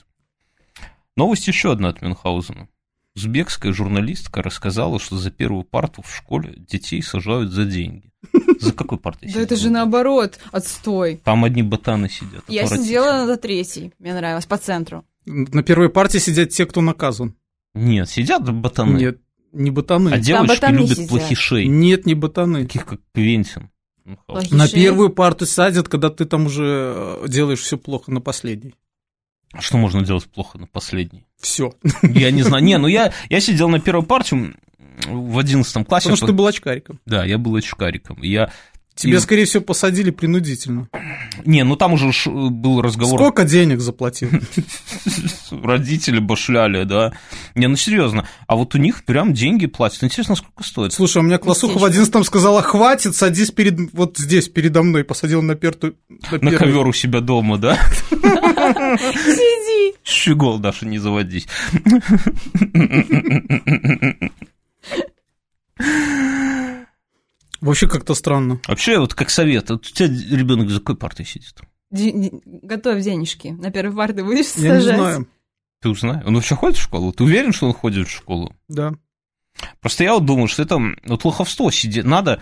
[SPEAKER 2] Новость еще одна от Мюнхгаузена. Узбекская журналистка рассказала, что за первую парту в школе детей сажают за деньги. За какой партой
[SPEAKER 3] Да
[SPEAKER 2] сидела?
[SPEAKER 3] это же наоборот, отстой.
[SPEAKER 2] Там одни ботаны сидят.
[SPEAKER 3] Я сидела на третьей, мне нравилось,
[SPEAKER 2] (laughs)
[SPEAKER 3] по центру.
[SPEAKER 1] На первой партии сидят те, кто наказан.
[SPEAKER 2] Нет, сидят ботаны.
[SPEAKER 1] Нет, не ботаны.
[SPEAKER 2] А девочки
[SPEAKER 3] ботаны
[SPEAKER 2] любят
[SPEAKER 3] сидят.
[SPEAKER 2] плохишей,
[SPEAKER 1] Нет, не ботаны.
[SPEAKER 2] таких как Квентин. Мюнхгаузен.
[SPEAKER 3] Плохишей.
[SPEAKER 1] На первую парту садят, когда ты там уже э, делаешь все плохо на последней.
[SPEAKER 2] А Что можно делать плохо на последней?
[SPEAKER 1] Все.
[SPEAKER 2] Я не знаю. Не, ну я, я сидел на первой партии в 11 классе.
[SPEAKER 1] Потому что ты был очкариком.
[SPEAKER 2] Да, я был очкариком. И Я...
[SPEAKER 1] Тебя,
[SPEAKER 2] И-
[SPEAKER 1] скорее всего, посадили принудительно.
[SPEAKER 2] Не, ну там уже ш- был разговор.
[SPEAKER 1] Сколько денег
[SPEAKER 2] (laughs)
[SPEAKER 1] заплатил?
[SPEAKER 2] Родители башляли, да. Не, ну серьезно. А вот у них прям деньги платят. Интересно, сколько стоит.
[SPEAKER 1] Слушай, у меня классуха в
[SPEAKER 3] Естественно.
[SPEAKER 1] 11 сказала, хватит, садись перед, вот здесь, передо мной, посадил на перту.
[SPEAKER 2] На ковер у себя дома, да? (laughs)
[SPEAKER 3] (laughs) Сиди.
[SPEAKER 2] Щегол, Даша, не заводись. (laughs)
[SPEAKER 1] Вообще как-то странно.
[SPEAKER 2] Вообще, вот как совет, вот у тебя ребенок за какой партой сидит?
[SPEAKER 3] Ди- ди- Готовь денежки. На первый пар ты будешь
[SPEAKER 1] Я не
[SPEAKER 3] сажать.
[SPEAKER 1] знаю.
[SPEAKER 2] Ты узнаешь. Он вообще ходит в школу? Ты уверен, что он ходит в школу?
[SPEAKER 1] Да.
[SPEAKER 2] Просто я вот думаю, что это м, вот лоховство сидит. Надо,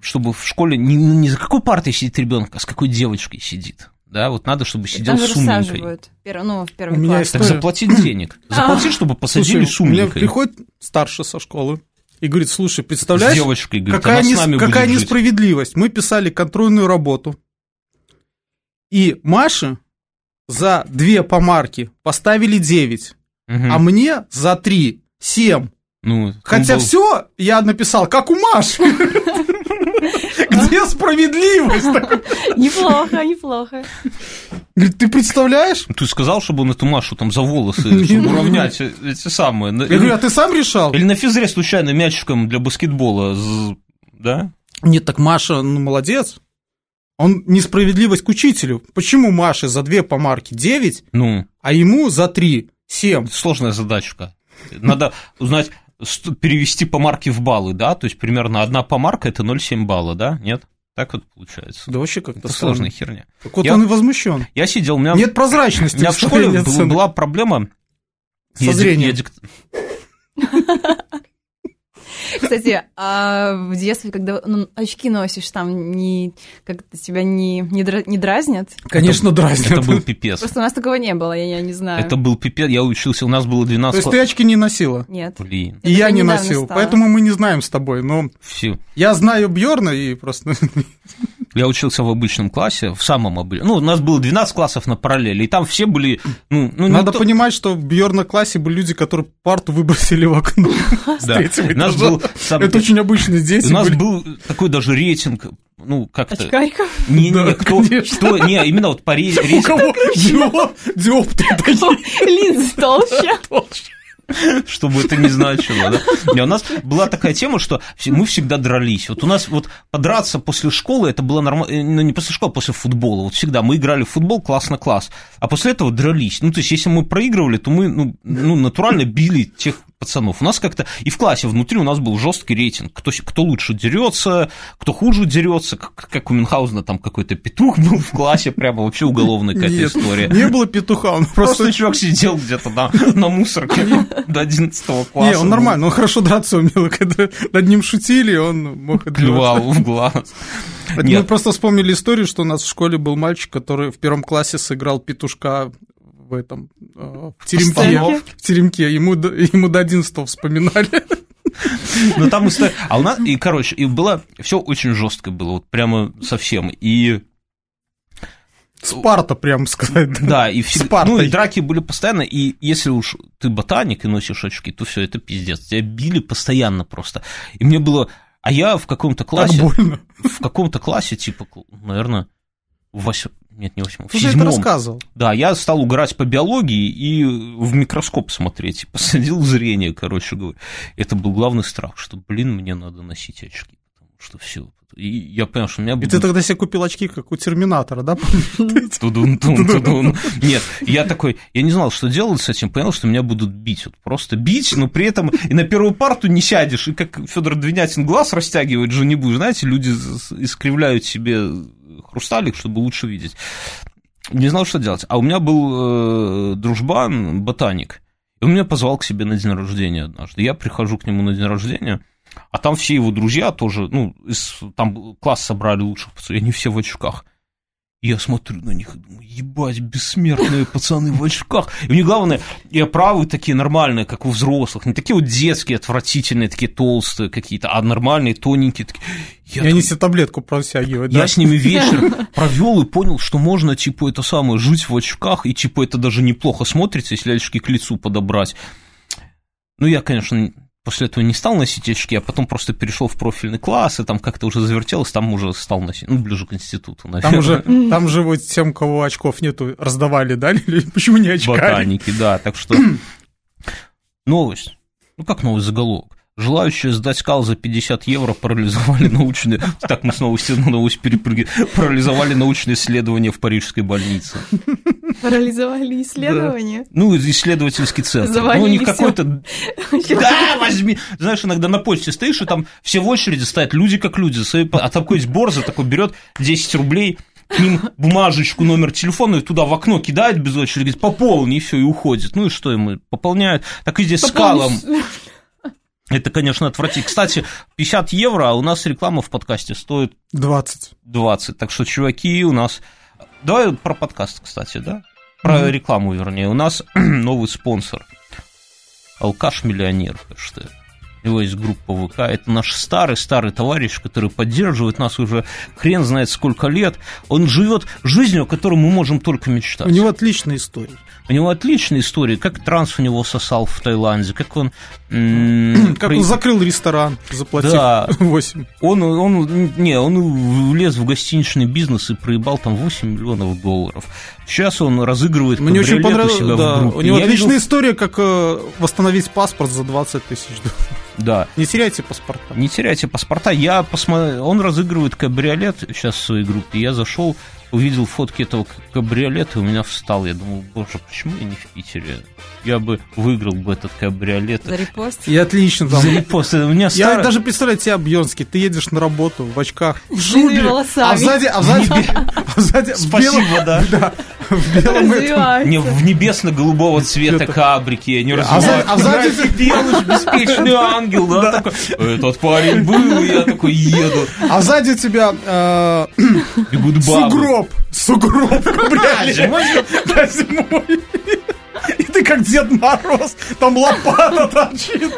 [SPEAKER 2] чтобы в школе не, ну, не за какой партой сидит ребенок, а с какой девочкой сидит. Да, вот надо, чтобы
[SPEAKER 3] И
[SPEAKER 2] сидел
[SPEAKER 3] Там же
[SPEAKER 2] с умненькой.
[SPEAKER 3] рассаживают. Перв- Ну, в
[SPEAKER 1] У
[SPEAKER 3] первый
[SPEAKER 1] меня
[SPEAKER 3] класс.
[SPEAKER 1] есть-
[SPEAKER 3] (laughs)
[SPEAKER 2] Так
[SPEAKER 1] История.
[SPEAKER 2] заплати
[SPEAKER 1] (clears throat)
[SPEAKER 2] денег. Заплати, чтобы посадили
[SPEAKER 1] А. Слушай,
[SPEAKER 2] с
[SPEAKER 1] у меня
[SPEAKER 2] умненькой.
[SPEAKER 1] приходит старший со школы и говорит, слушай,
[SPEAKER 2] С
[SPEAKER 1] представляешь,
[SPEAKER 2] девочкой, говорит,
[SPEAKER 1] какая,
[SPEAKER 2] она
[SPEAKER 1] нес-
[SPEAKER 2] с нами
[SPEAKER 1] какая
[SPEAKER 2] будет жить.
[SPEAKER 1] несправедливость. Мы писали контрольную работу. И Маше за две помарки поставили 9,
[SPEAKER 2] Мгм.
[SPEAKER 1] а мне за три 7.
[SPEAKER 2] Ну, он
[SPEAKER 1] Хотя
[SPEAKER 2] был-
[SPEAKER 1] все я написал, как у Маши. Где справедливость?
[SPEAKER 3] Неплохо, неплохо.
[SPEAKER 1] Говорит, ты представляешь?
[SPEAKER 2] ну, Ты сказал, чтобы он эту Машу там за
[SPEAKER 1] (laughs)
[SPEAKER 2] волосы, чтобы уравнять эти самые. На-
[SPEAKER 1] Я говорю, а ты сам решал?
[SPEAKER 2] Или на физре случайно мячиком для баскетбола, з- да?
[SPEAKER 1] Нет, так Маша, ну, молодец. Он несправедливость к учителю. Почему Маше за две помарки 9,
[SPEAKER 2] Ну,
[SPEAKER 1] а ему за три 7?
[SPEAKER 2] сложная задачка. Надо узнать, ст- перевести по марке в баллы, да? То есть примерно одна помарка – это 0,7 балла, да? Нет? Так вот получается.
[SPEAKER 1] Да вообще как-то
[SPEAKER 2] Это
[SPEAKER 1] странно.
[SPEAKER 2] сложная херня.
[SPEAKER 1] Так вот
[SPEAKER 2] Я-
[SPEAKER 1] он и возмущен.
[SPEAKER 2] Я сидел, у меня,
[SPEAKER 1] Нет
[SPEAKER 2] у
[SPEAKER 1] прозрачности.
[SPEAKER 2] меня в школе
[SPEAKER 1] составлении
[SPEAKER 2] б-
[SPEAKER 1] оценок.
[SPEAKER 2] была проблема.
[SPEAKER 1] Со
[SPEAKER 2] Я дик-
[SPEAKER 1] зрением.
[SPEAKER 2] я дик-
[SPEAKER 3] Кстати, а в детстве, когда ну, очки носишь, там не как-то тебя не, не, дра- не дразнят?
[SPEAKER 1] Конечно, дразнит.
[SPEAKER 2] Это был пипец.
[SPEAKER 3] Просто у нас такого не было, я, я не знаю.
[SPEAKER 2] Это был пипец. Я учился, у нас
[SPEAKER 1] (laughs)
[SPEAKER 2] было
[SPEAKER 1] То
[SPEAKER 2] 12
[SPEAKER 1] есть ты очки не носила?
[SPEAKER 3] Нет.
[SPEAKER 2] Блин,
[SPEAKER 1] И
[SPEAKER 3] Это
[SPEAKER 1] я не
[SPEAKER 3] недавно
[SPEAKER 1] носил,
[SPEAKER 3] стало.
[SPEAKER 1] поэтому мы не знаем с тобой. Но
[SPEAKER 2] все.
[SPEAKER 1] я знаю Бьорна и
[SPEAKER 2] Ну,
[SPEAKER 1] просто... (laughs)
[SPEAKER 2] Я учился в обычном классе, в самом обычном. Ну, у нас было 12 классов на параллели, и там все были, ну, ну, не
[SPEAKER 1] Надо
[SPEAKER 2] то-
[SPEAKER 1] понимать, что в Бьорна классе были люди, которые парту выбросили в окно. с
[SPEAKER 2] да.
[SPEAKER 1] третьего
[SPEAKER 2] У нас
[SPEAKER 1] этажа.
[SPEAKER 2] был сам-
[SPEAKER 1] Это очень обычные дети
[SPEAKER 2] У нас
[SPEAKER 1] были.
[SPEAKER 2] был такой даже рейтинг, ну, как-то...
[SPEAKER 3] Очкариков? (laughs)
[SPEAKER 2] Не, не,
[SPEAKER 1] Да,
[SPEAKER 2] кто,
[SPEAKER 1] конечно.
[SPEAKER 2] кто- не, именно вот по ре-
[SPEAKER 1] У
[SPEAKER 2] рейтингу,
[SPEAKER 1] кого диоп- диоптры такие.
[SPEAKER 3] Линзы толще.
[SPEAKER 2] (laughs) что бы это ни значило, да. Не, у нас была такая тема, что все- мы всегда дрались. Вот у нас вот подраться после школы, это было нормально, ну, не после школы, а после футбола. Вот всегда мы играли в футбол класс на класс, а после этого дрались. Ну, то есть, если мы проигрывали, то мы, ну, ну, натурально били тех пацанов. У нас как-то и в классе внутри у нас был жесткий рейтинг. Кто, с- кто лучше дерется, кто хуже дерется, как, как у Мюнхгаузена там какой-то петух был в классе, прямо вообще уголовная какая-то
[SPEAKER 1] Нет,
[SPEAKER 2] история.
[SPEAKER 1] Не было петуха, он
[SPEAKER 2] Просто
[SPEAKER 1] просто...
[SPEAKER 2] чувак сидел где-то на, на мусорке (laughs) до 11 класса. ну,
[SPEAKER 1] Не, он нормально, он хорошо драться умел, и когда над ним шутили, он мог отбиваться.
[SPEAKER 2] Клевал в глаз.
[SPEAKER 1] Это Мы
[SPEAKER 2] Нет.
[SPEAKER 1] просто вспомнили историю, что у нас в школе был мальчик, который в первом классе сыграл петушка в этом э, в теремке.
[SPEAKER 2] Постановке?
[SPEAKER 1] В теремке. Ему, до- ему до 11
[SPEAKER 2] (laughs)
[SPEAKER 1] вспоминали.
[SPEAKER 2] Но там история. А у нас, и, короче, и было все очень жестко было, вот прямо совсем. И
[SPEAKER 1] Спарта, прям сказать.
[SPEAKER 2] да, и
[SPEAKER 1] С
[SPEAKER 2] всегда.
[SPEAKER 1] партой.
[SPEAKER 2] Ну, и драки были постоянно. И если уж ты ботаник и носишь очки, то все, это пиздец. Тебя били постоянно просто. И мне было. А я в каком-то
[SPEAKER 1] Так
[SPEAKER 2] классе,
[SPEAKER 1] больно.
[SPEAKER 2] в каком-то классе, типа, наверное, в восьмом. Нет, не восьмом. В
[SPEAKER 1] Ты же это
[SPEAKER 2] седьмом.
[SPEAKER 1] рассказывал.
[SPEAKER 2] Да, я стал угорать по биологии и в микроскоп смотреть. (laughs) И Посадил зрение, короче говоря. Это был главный страх, что, блин, мне надо носить очки, потому что все. И я понял, что у меня
[SPEAKER 1] И
[SPEAKER 2] будет...
[SPEAKER 1] ты тогда себе купил очки, как у Терминатора, да?
[SPEAKER 2] Тудун-тун, тудун. Нет, я такой, я не знал, что делать с этим, понял, что меня будут бить. Вот просто бить, но при этом и на первую парту не сядешь. И как Федор Двинятин глаз растягивает же не будешь. Знаете, люди с- искривляют себе хрусталик, чтобы лучше видеть. Не знал, что делать. А у меня был э, дружбан, ботаник. И он меня позвал к себе на день рождения однажды. Я прихожу к нему на день рождения, а там все его друзья тоже, ну, из- там класс собрали лучших пацанов, и они все в очках. И я смотрю на них и думаю, ебать, бессмертные пацаны в очках. И у них главное, и оправы такие нормальные, как у взрослых, не такие вот детские, отвратительные, такие толстые какие-то, а нормальные, тоненькие. Такие.
[SPEAKER 1] И
[SPEAKER 2] Я,
[SPEAKER 1] они
[SPEAKER 2] там-
[SPEAKER 1] себе таблетку просягивают,
[SPEAKER 2] я
[SPEAKER 1] да?
[SPEAKER 2] с ними вечер провел и понял, что можно, типа, это самое, жить в очках, и, типа, это даже неплохо смотрится, если очки к лицу подобрать. Ну, я, конечно, после этого не стал носить очки, а потом просто перешел в профильный класс, и там как-то уже завертелось, там уже стал носить, ну, ближе к институту, наверное.
[SPEAKER 1] Там
[SPEAKER 2] (laughs)
[SPEAKER 1] же, там же вот тем, у кого очков нету, раздавали, да? Или Почему не очками?
[SPEAKER 2] Ботаники, да.
[SPEAKER 1] (clears throat)
[SPEAKER 2] Так что новость. Ну как новость заголовок? Желающие сдать кал за 50 евро парализовали научные... (laughs) Так мы с новости на новость перепрыгиваем. Парализовали научные исследования в парижской больнице.
[SPEAKER 3] Парализовали исследование.
[SPEAKER 2] Ну, исследовательский центр. ну,
[SPEAKER 3] Завалили
[SPEAKER 2] не
[SPEAKER 3] всё. (laughs)
[SPEAKER 2] какой-то... Да, возьми! Знаешь, иногда на почте стоишь, и там все в очереди стоят, люди как люди. свои по- А такой есть борзый, такой берет 10 рублей, к ним бумажечку, номер телефона, и туда в окно кидает без очереди, говорит, пополни, и все, и уходит. Ну и что ему? Пополняют. Так и здесь с калом. Это, конечно, отвратительно. Кстати, 50 евро, а у нас реклама в подкасте стоит
[SPEAKER 1] 20.
[SPEAKER 2] 20. Так что, чуваки, у нас... Давай вот про подкаст, кстати, да? Про
[SPEAKER 1] Мгм.
[SPEAKER 2] рекламу, вернее. У нас (clears throat) новый спонсор. Алкаш-миллионер, хэштег. У него есть группа ВК. Это наш старый-старый товарищ, который поддерживает нас уже хрен знает сколько лет. Он живет жизнью, о которой мы можем только мечтать.
[SPEAKER 1] У него отличная история.
[SPEAKER 2] У него отличная история, как транс у него сосал в Таиланде, как он... м,
[SPEAKER 1] (clears throat) Как
[SPEAKER 2] при-
[SPEAKER 1] он закрыл ресторан, заплатив
[SPEAKER 2] Да.
[SPEAKER 1] 8.
[SPEAKER 2] Он, он, не, он влез в гостиничный бизнес и проебал там 8 миллионов долларов. Сейчас он разыгрывает
[SPEAKER 1] Мне очень
[SPEAKER 2] кабриолет у
[SPEAKER 1] понравилось,
[SPEAKER 2] себя
[SPEAKER 1] да,
[SPEAKER 2] в группе.
[SPEAKER 1] у него
[SPEAKER 2] Я видел-
[SPEAKER 1] отличная история, как э, восстановить паспорт за 20 тысяч. долларов.
[SPEAKER 2] Да,
[SPEAKER 1] Не теряйте паспорта.
[SPEAKER 2] не теряйте паспорта. Я посмотрел, он разыгрывает кабриолет сейчас в своей группе. Я зашел, увидел фотки этого к- кабриолета, и у меня встал. Я думал, боже, почему я не в Питере? Я бы выиграл бы этот кабриолет.
[SPEAKER 3] За репост.
[SPEAKER 1] И отлично там.
[SPEAKER 2] За репост. У меня
[SPEAKER 1] Я
[SPEAKER 2] старый-
[SPEAKER 1] даже представляю тебя, Бьернский, ты едешь на работу в очках, в
[SPEAKER 3] длинными
[SPEAKER 1] шубе,
[SPEAKER 3] волосами.
[SPEAKER 1] а сзади, а сзади, (laughs) а сзади в
[SPEAKER 2] Спасибо,
[SPEAKER 1] белом-
[SPEAKER 2] да.
[SPEAKER 1] (laughs) да, в белом этом.
[SPEAKER 2] Не,
[SPEAKER 3] Развивается.
[SPEAKER 2] в небесно-голубого цвета кабрики, я не
[SPEAKER 1] А
[SPEAKER 2] разумею.
[SPEAKER 1] сзади, а сзади ты-
[SPEAKER 2] Белыш, беспечный ангел, да, такой, этот парень был, и я такой еду,
[SPEAKER 1] а сзади у тебя э,
[SPEAKER 2] и гудбабы.
[SPEAKER 1] сугроб, сугроб,
[SPEAKER 2] А,
[SPEAKER 1] блядь,
[SPEAKER 2] зимой же-
[SPEAKER 1] да, зимой. И ты как Дед Мороз, там лопата торчит.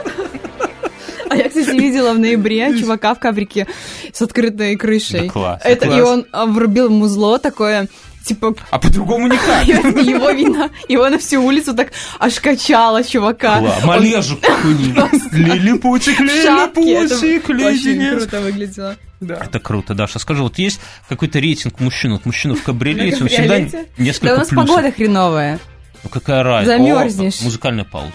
[SPEAKER 3] А я, кстати, видела в ноябре чувака в кабрике с открытой крышей.
[SPEAKER 2] Да класс,
[SPEAKER 3] Это
[SPEAKER 1] класс.
[SPEAKER 3] и он а, врубил музло такое, типа (laughs)
[SPEAKER 2] А по-другому никак.
[SPEAKER 3] его вина, его на всю улицу так аж качало чувака.
[SPEAKER 2] Ла, Малежу какую-нибудь. Лилипутик,
[SPEAKER 3] Он в шапке. Это
[SPEAKER 2] лилипутик,
[SPEAKER 3] очень
[SPEAKER 2] леденец.
[SPEAKER 3] круто выглядело.
[SPEAKER 2] Это круто, Даша. Скажи, вот есть какой-то рейтинг мужчин? Вот мужчина в кабриолете,
[SPEAKER 3] На
[SPEAKER 2] он всегда
[SPEAKER 3] кабриолете? Да у
[SPEAKER 2] несколько
[SPEAKER 3] нас
[SPEAKER 2] плюсов.
[SPEAKER 3] погода хреновая.
[SPEAKER 2] Ну какая разница?
[SPEAKER 3] Замерзнешь. Хм.
[SPEAKER 2] О, а, Музыкальная пауза.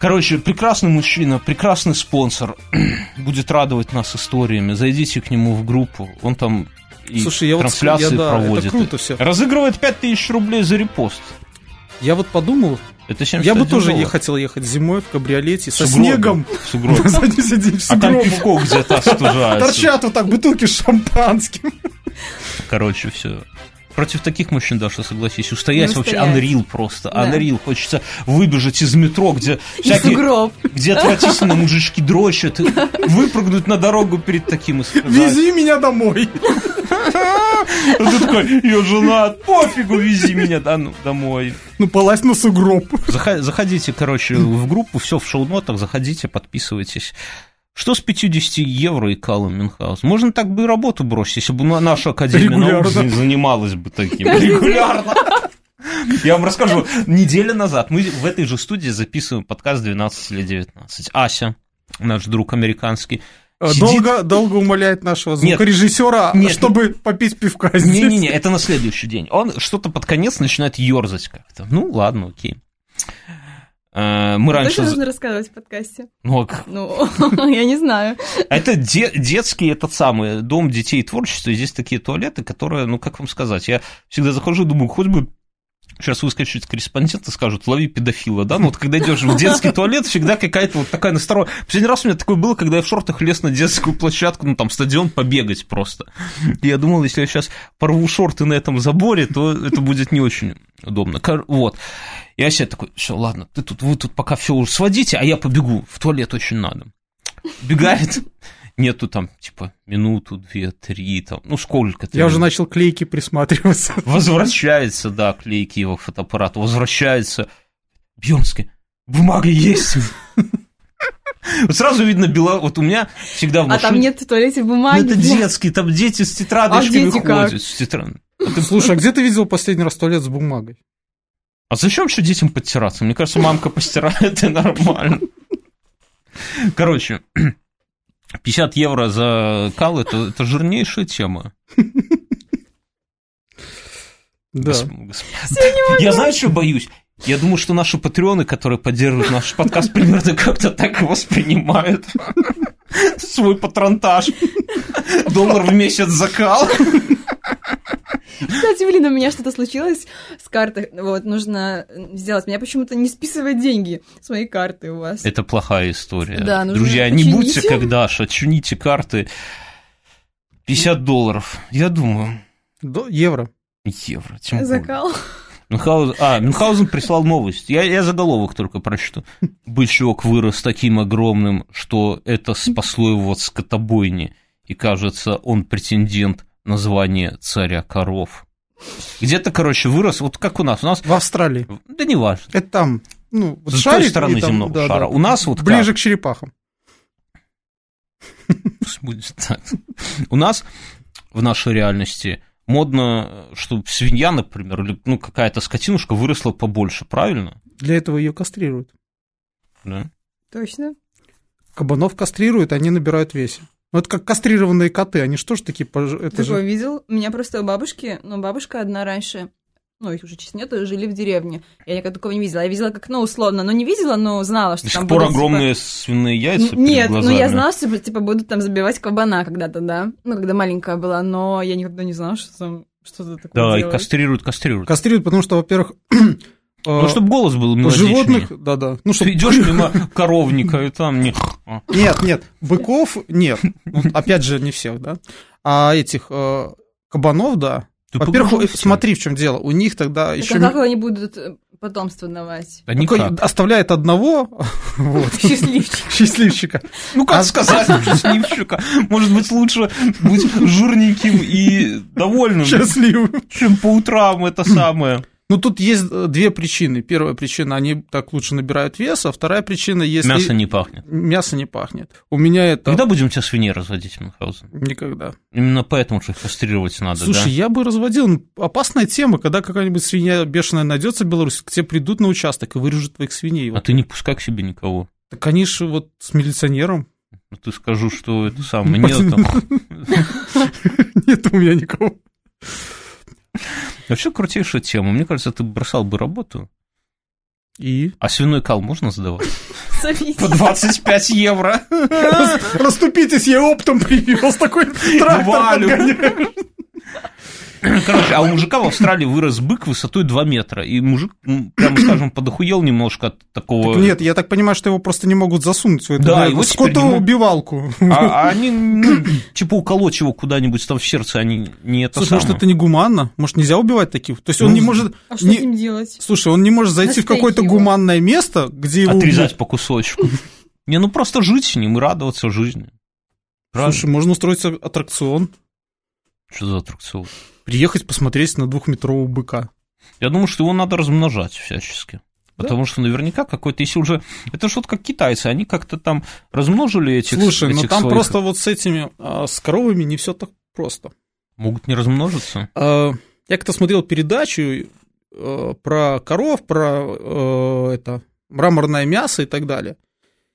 [SPEAKER 2] Короче, прекрасный мужчина, прекрасный спонсор. (clears throat) Будет радовать нас историями. Зайдите к нему в группу. Он там и
[SPEAKER 1] Слушай, я вот-
[SPEAKER 2] трансляции
[SPEAKER 1] я, да, это
[SPEAKER 2] проводит.
[SPEAKER 1] круто всё.
[SPEAKER 2] Разыгрывает 5000 рублей за репост.
[SPEAKER 1] Я вот подумал,
[SPEAKER 2] Это 71
[SPEAKER 1] я бы тоже
[SPEAKER 2] доллар.
[SPEAKER 1] е- хотел ехать зимой в кабриолете со
[SPEAKER 2] Сугробы.
[SPEAKER 1] снегом.
[SPEAKER 2] Сугробы.
[SPEAKER 1] На заднем сиденье (laughs) с
[SPEAKER 2] А там
[SPEAKER 1] сугробом.
[SPEAKER 2] пивко
[SPEAKER 1] (laughs)
[SPEAKER 2] где-то остужается.
[SPEAKER 1] Торчат вот так бутылки с шампанским.
[SPEAKER 2] Короче, все. Против таких мужчин, Даша, согласись, устоять
[SPEAKER 3] Не
[SPEAKER 2] вообще
[SPEAKER 3] устоять.
[SPEAKER 2] анрил просто.
[SPEAKER 3] Да.
[SPEAKER 2] Анрил. Хочется выбежать из метро, где
[SPEAKER 3] И
[SPEAKER 2] всякие
[SPEAKER 3] сугроб.
[SPEAKER 2] где отвратительно мужички дрочат, и выпрыгнуть на дорогу перед таким и сказать.
[SPEAKER 1] Вези меня домой.
[SPEAKER 2] А ты такой, я женат, пофигу, вези меня да, ну, домой.
[SPEAKER 1] Ну, полазь на сугроб.
[SPEAKER 2] Заха- Заходите, короче, в группу, все в шоу-нотах, заходите, подписывайтесь. Что с 50 евро и Калом Мюнхгаузен? Можно так бы и работу бросить, если бы на- наша Академия наук
[SPEAKER 1] Регулярно.
[SPEAKER 2] за- занималась бы таким.
[SPEAKER 3] Каждый день.
[SPEAKER 2] Регулярно. Я вам расскажу. Неделю назад мы в этой же студии записываем подкаст 12 или 19. Ася, наш друг американский, Сидит.
[SPEAKER 1] Долго, долго умоляет нашего
[SPEAKER 2] Нет.
[SPEAKER 1] звукорежиссера,
[SPEAKER 2] Нет.
[SPEAKER 1] чтобы попить пивка (laughs) здесь.
[SPEAKER 2] Не-не-не, это на следующий день. Он что-то под конец начинает ерзать как-то. Ну, ладно, окей. Э, Мы раньше...
[SPEAKER 3] Точно
[SPEAKER 2] за-
[SPEAKER 3] нужно рассказывать в подкасте?
[SPEAKER 2] Ну, а к-
[SPEAKER 3] Ну, (laughs) я не знаю.
[SPEAKER 2] это де- детский этот самый дом детей и творчества, и здесь такие туалеты, которые, ну, как вам сказать, я всегда захожу и думаю, хоть бы сейчас выскочит корреспондент и скажут, лови педофила, да? Ну, вот когда идешь в детский
[SPEAKER 1] (laughs)
[SPEAKER 2] туалет, всегда какая-то вот такая настороженная. Последний раз у меня такое было, когда я в шортах лез на детскую площадку, ну, там, стадион, побегать просто. И я думал, если я сейчас порву шорты на этом заборе, то это будет не очень удобно. Кор- Вот. Я себе такой, все, ладно, ты тут, вы тут пока все сводите, а я побегу, в туалет очень надо. Бегает, нету там, типа, минуту, две, три, там, ну сколько ты.
[SPEAKER 1] Я уже начал клейки присматриваться.
[SPEAKER 2] Возвращается, да, клейки его фотоаппарат, возвращается. Бьернский, бумага есть. Вот сразу видно бело... Вот у меня всегда в
[SPEAKER 3] А
[SPEAKER 2] машине...
[SPEAKER 3] там нет в туалете
[SPEAKER 2] Ну,
[SPEAKER 3] бумаги.
[SPEAKER 2] это детские, там дети с тетрадочками
[SPEAKER 3] А дети как?
[SPEAKER 2] ходят. С тетра- А ты-
[SPEAKER 1] Слушай, а где ты видел последний раз туалет с бумагой?
[SPEAKER 2] А зачем еще детям подтираться? Мне кажется, мамка постирает и нормально. Короче, (clears throat) 50 евро за кал это, это жирнейшая тема.
[SPEAKER 1] Да.
[SPEAKER 2] Гос- гос- Я знаю, что боюсь. Я думаю, что наши патреоны, которые поддерживают наш подкаст, примерно как-то так и воспринимают свой патронтаж. Доллар в месяц закал.
[SPEAKER 3] Кстати, блин, у меня что-то случилось с картой. Вот, нужно сделать. Меня почему-то не списывают деньги с моей карты у вас.
[SPEAKER 2] Это плохая история.
[SPEAKER 3] Да, нужно
[SPEAKER 2] Друзья, не
[SPEAKER 3] чинить.
[SPEAKER 2] будьте как Даша, чуните карты. 50 долларов, я думаю,
[SPEAKER 1] До евро.
[SPEAKER 2] евро, тем более.
[SPEAKER 3] Закал. (laughs)
[SPEAKER 2] Мюнхгаузен, а, Мюнхгаузен прислал новость. Я, я заголовок только прочту. Бычок вырос таким огромным, что это спасло его от скотобойни. И кажется, он претендент на звание царя коров. Где-то, короче, вырос, вот как у нас. У нас,
[SPEAKER 1] В Австралии.
[SPEAKER 2] да не важно.
[SPEAKER 1] Это там, ну, вот
[SPEAKER 2] С той
[SPEAKER 1] шарик
[SPEAKER 2] стороны
[SPEAKER 1] и там-
[SPEAKER 2] земного
[SPEAKER 1] да,
[SPEAKER 2] шара.
[SPEAKER 1] да.
[SPEAKER 2] У нас вот как?
[SPEAKER 1] Ближе к черепахам.
[SPEAKER 2] Пусть будет так. У нас в нашей реальности модно, чтобы свинья, например, или ну, какая-то скотинушка выросла побольше, правильно?
[SPEAKER 1] Для этого ее кастрируют.
[SPEAKER 2] Да.
[SPEAKER 3] Точно.
[SPEAKER 1] Кабанов кастрируют, они набирают весе. Ну, это как кастрированные коты, они что ж такие... пож- Это
[SPEAKER 3] Ты такое
[SPEAKER 1] же...
[SPEAKER 3] видел? У меня просто у бабушки, ну, бабушка одна раньше, ну, их уже сейчас нету, жили в деревне. Я никогда такого не видела. Я видела как, ну, условно, ну, не видела, но знала, что
[SPEAKER 2] До
[SPEAKER 3] там
[SPEAKER 2] сих пор
[SPEAKER 3] будут, типа,
[SPEAKER 2] огромные свиные яйца перед
[SPEAKER 3] Нет, ну
[SPEAKER 2] глазами.
[SPEAKER 3] я знала, что типа будут там забивать кабана когда-то, да. Ну, когда маленькая была, но я никогда не знала, что там что-то такое.
[SPEAKER 2] Да, и
[SPEAKER 3] делают.
[SPEAKER 2] кастрируют, кастрируют.
[SPEAKER 1] Кастрируют, потому что, во-первых... (clears throat) э,
[SPEAKER 2] Ну, чтобы голос был мелодичнее.
[SPEAKER 1] Животных, да-да. Ну, чтоб-
[SPEAKER 2] Ты идешь мимо коровника, и там не...
[SPEAKER 1] Нет, нет, быков нет. Ну, Опять же, не всех, да. А этих э, кабанов, да.
[SPEAKER 2] Ты
[SPEAKER 1] Во-первых, э,
[SPEAKER 2] погружайся.
[SPEAKER 1] смотри, в чем дело. У них тогда
[SPEAKER 3] Так
[SPEAKER 1] еще...
[SPEAKER 3] а как они будут э,
[SPEAKER 4] (laughs)
[SPEAKER 3] потомство давать?
[SPEAKER 2] Да никак.
[SPEAKER 1] Оставляет одного (laughs) вот, (laughs)
[SPEAKER 3] Счастливчик.
[SPEAKER 1] счастливчика.
[SPEAKER 2] Ну, как
[SPEAKER 1] А-
[SPEAKER 2] (laughs) сказать, счастливчика. Может быть, лучше быть жирненьким и довольным,
[SPEAKER 1] Счастливым.
[SPEAKER 2] чем по утрам это самое.
[SPEAKER 1] Ну, тут есть э, две причины. Первая причина, они так лучше набирают вес, а вторая причина, если...
[SPEAKER 2] Мясо не пахнет.
[SPEAKER 1] Мясо не пахнет. У меня это...
[SPEAKER 2] Когда будем тебя свиней разводить, Мюнхгаузен?
[SPEAKER 1] Никогда.
[SPEAKER 2] Именно поэтому что их кастрировать надо,
[SPEAKER 1] Слушай, я бы разводил. Ну, Опасная тема, когда какая-нибудь свинья бешеная найдется в Беларуси, к тебе придут на участок и вырежут твоих свиней.
[SPEAKER 2] да? А
[SPEAKER 1] Вот.
[SPEAKER 2] ты не пускай к себе никого.
[SPEAKER 1] Так они же вот с милиционером. (laughs)
[SPEAKER 2] Ну, Ты скажу, что это самое. Нет, там...
[SPEAKER 1] Нет у меня никого.
[SPEAKER 2] Вообще крутейшая тема. Мне кажется, ты бросал бы работу.
[SPEAKER 1] И?
[SPEAKER 2] А свиной кал можно сдавать?
[SPEAKER 3] Зовите.
[SPEAKER 2] 25 евро.
[SPEAKER 1] Раступитесь, я оптом привез такой
[SPEAKER 2] Валю.
[SPEAKER 1] трактор.
[SPEAKER 2] Короче, а у мужика в Австралии вырос бык высотой 2 метра. И мужик, ну, прямо скажем, подохуел немножко от такого...
[SPEAKER 1] Нет, я так понимаю, что его просто не могут засунуть в эту
[SPEAKER 2] Да,
[SPEAKER 1] блядь,
[SPEAKER 2] его теперь не
[SPEAKER 1] скотовую
[SPEAKER 2] могут.
[SPEAKER 1] убивалку.
[SPEAKER 2] А, а они, ну, типа, уколоть его куда-нибудь там в сердце, они не это
[SPEAKER 1] Слушай,
[SPEAKER 2] А, самое.
[SPEAKER 1] может, это не гуманно? Может, нельзя убивать таких? То есть он
[SPEAKER 2] Ну,
[SPEAKER 1] не может...
[SPEAKER 3] А что
[SPEAKER 1] не-
[SPEAKER 3] с ним делать?
[SPEAKER 1] Слушай, он не может зайти в
[SPEAKER 3] Настоять
[SPEAKER 1] какое-то
[SPEAKER 3] его.
[SPEAKER 1] гуманное место, где его...
[SPEAKER 2] Отрезать по кусочку. Не, ну просто жить с ним и радоваться жизни.
[SPEAKER 1] убьют. Слушай, можно устроить аттракцион.
[SPEAKER 2] Что за аттракцион?
[SPEAKER 1] Приехать посмотреть на двухметрового быка.
[SPEAKER 2] Я думаю, что его надо размножать всячески. Потому что наверняка какой-то, если уже... Это что-то как китайцы, они как-то там размножили этих
[SPEAKER 1] Слушай, ну
[SPEAKER 2] этих
[SPEAKER 1] там
[SPEAKER 2] своих-
[SPEAKER 1] просто вот с этими, а, с коровами не все так просто.
[SPEAKER 2] Могут не размножиться.
[SPEAKER 1] А, Я как-то смотрел передачу э, про коров, про э, это мраморное мясо и так далее.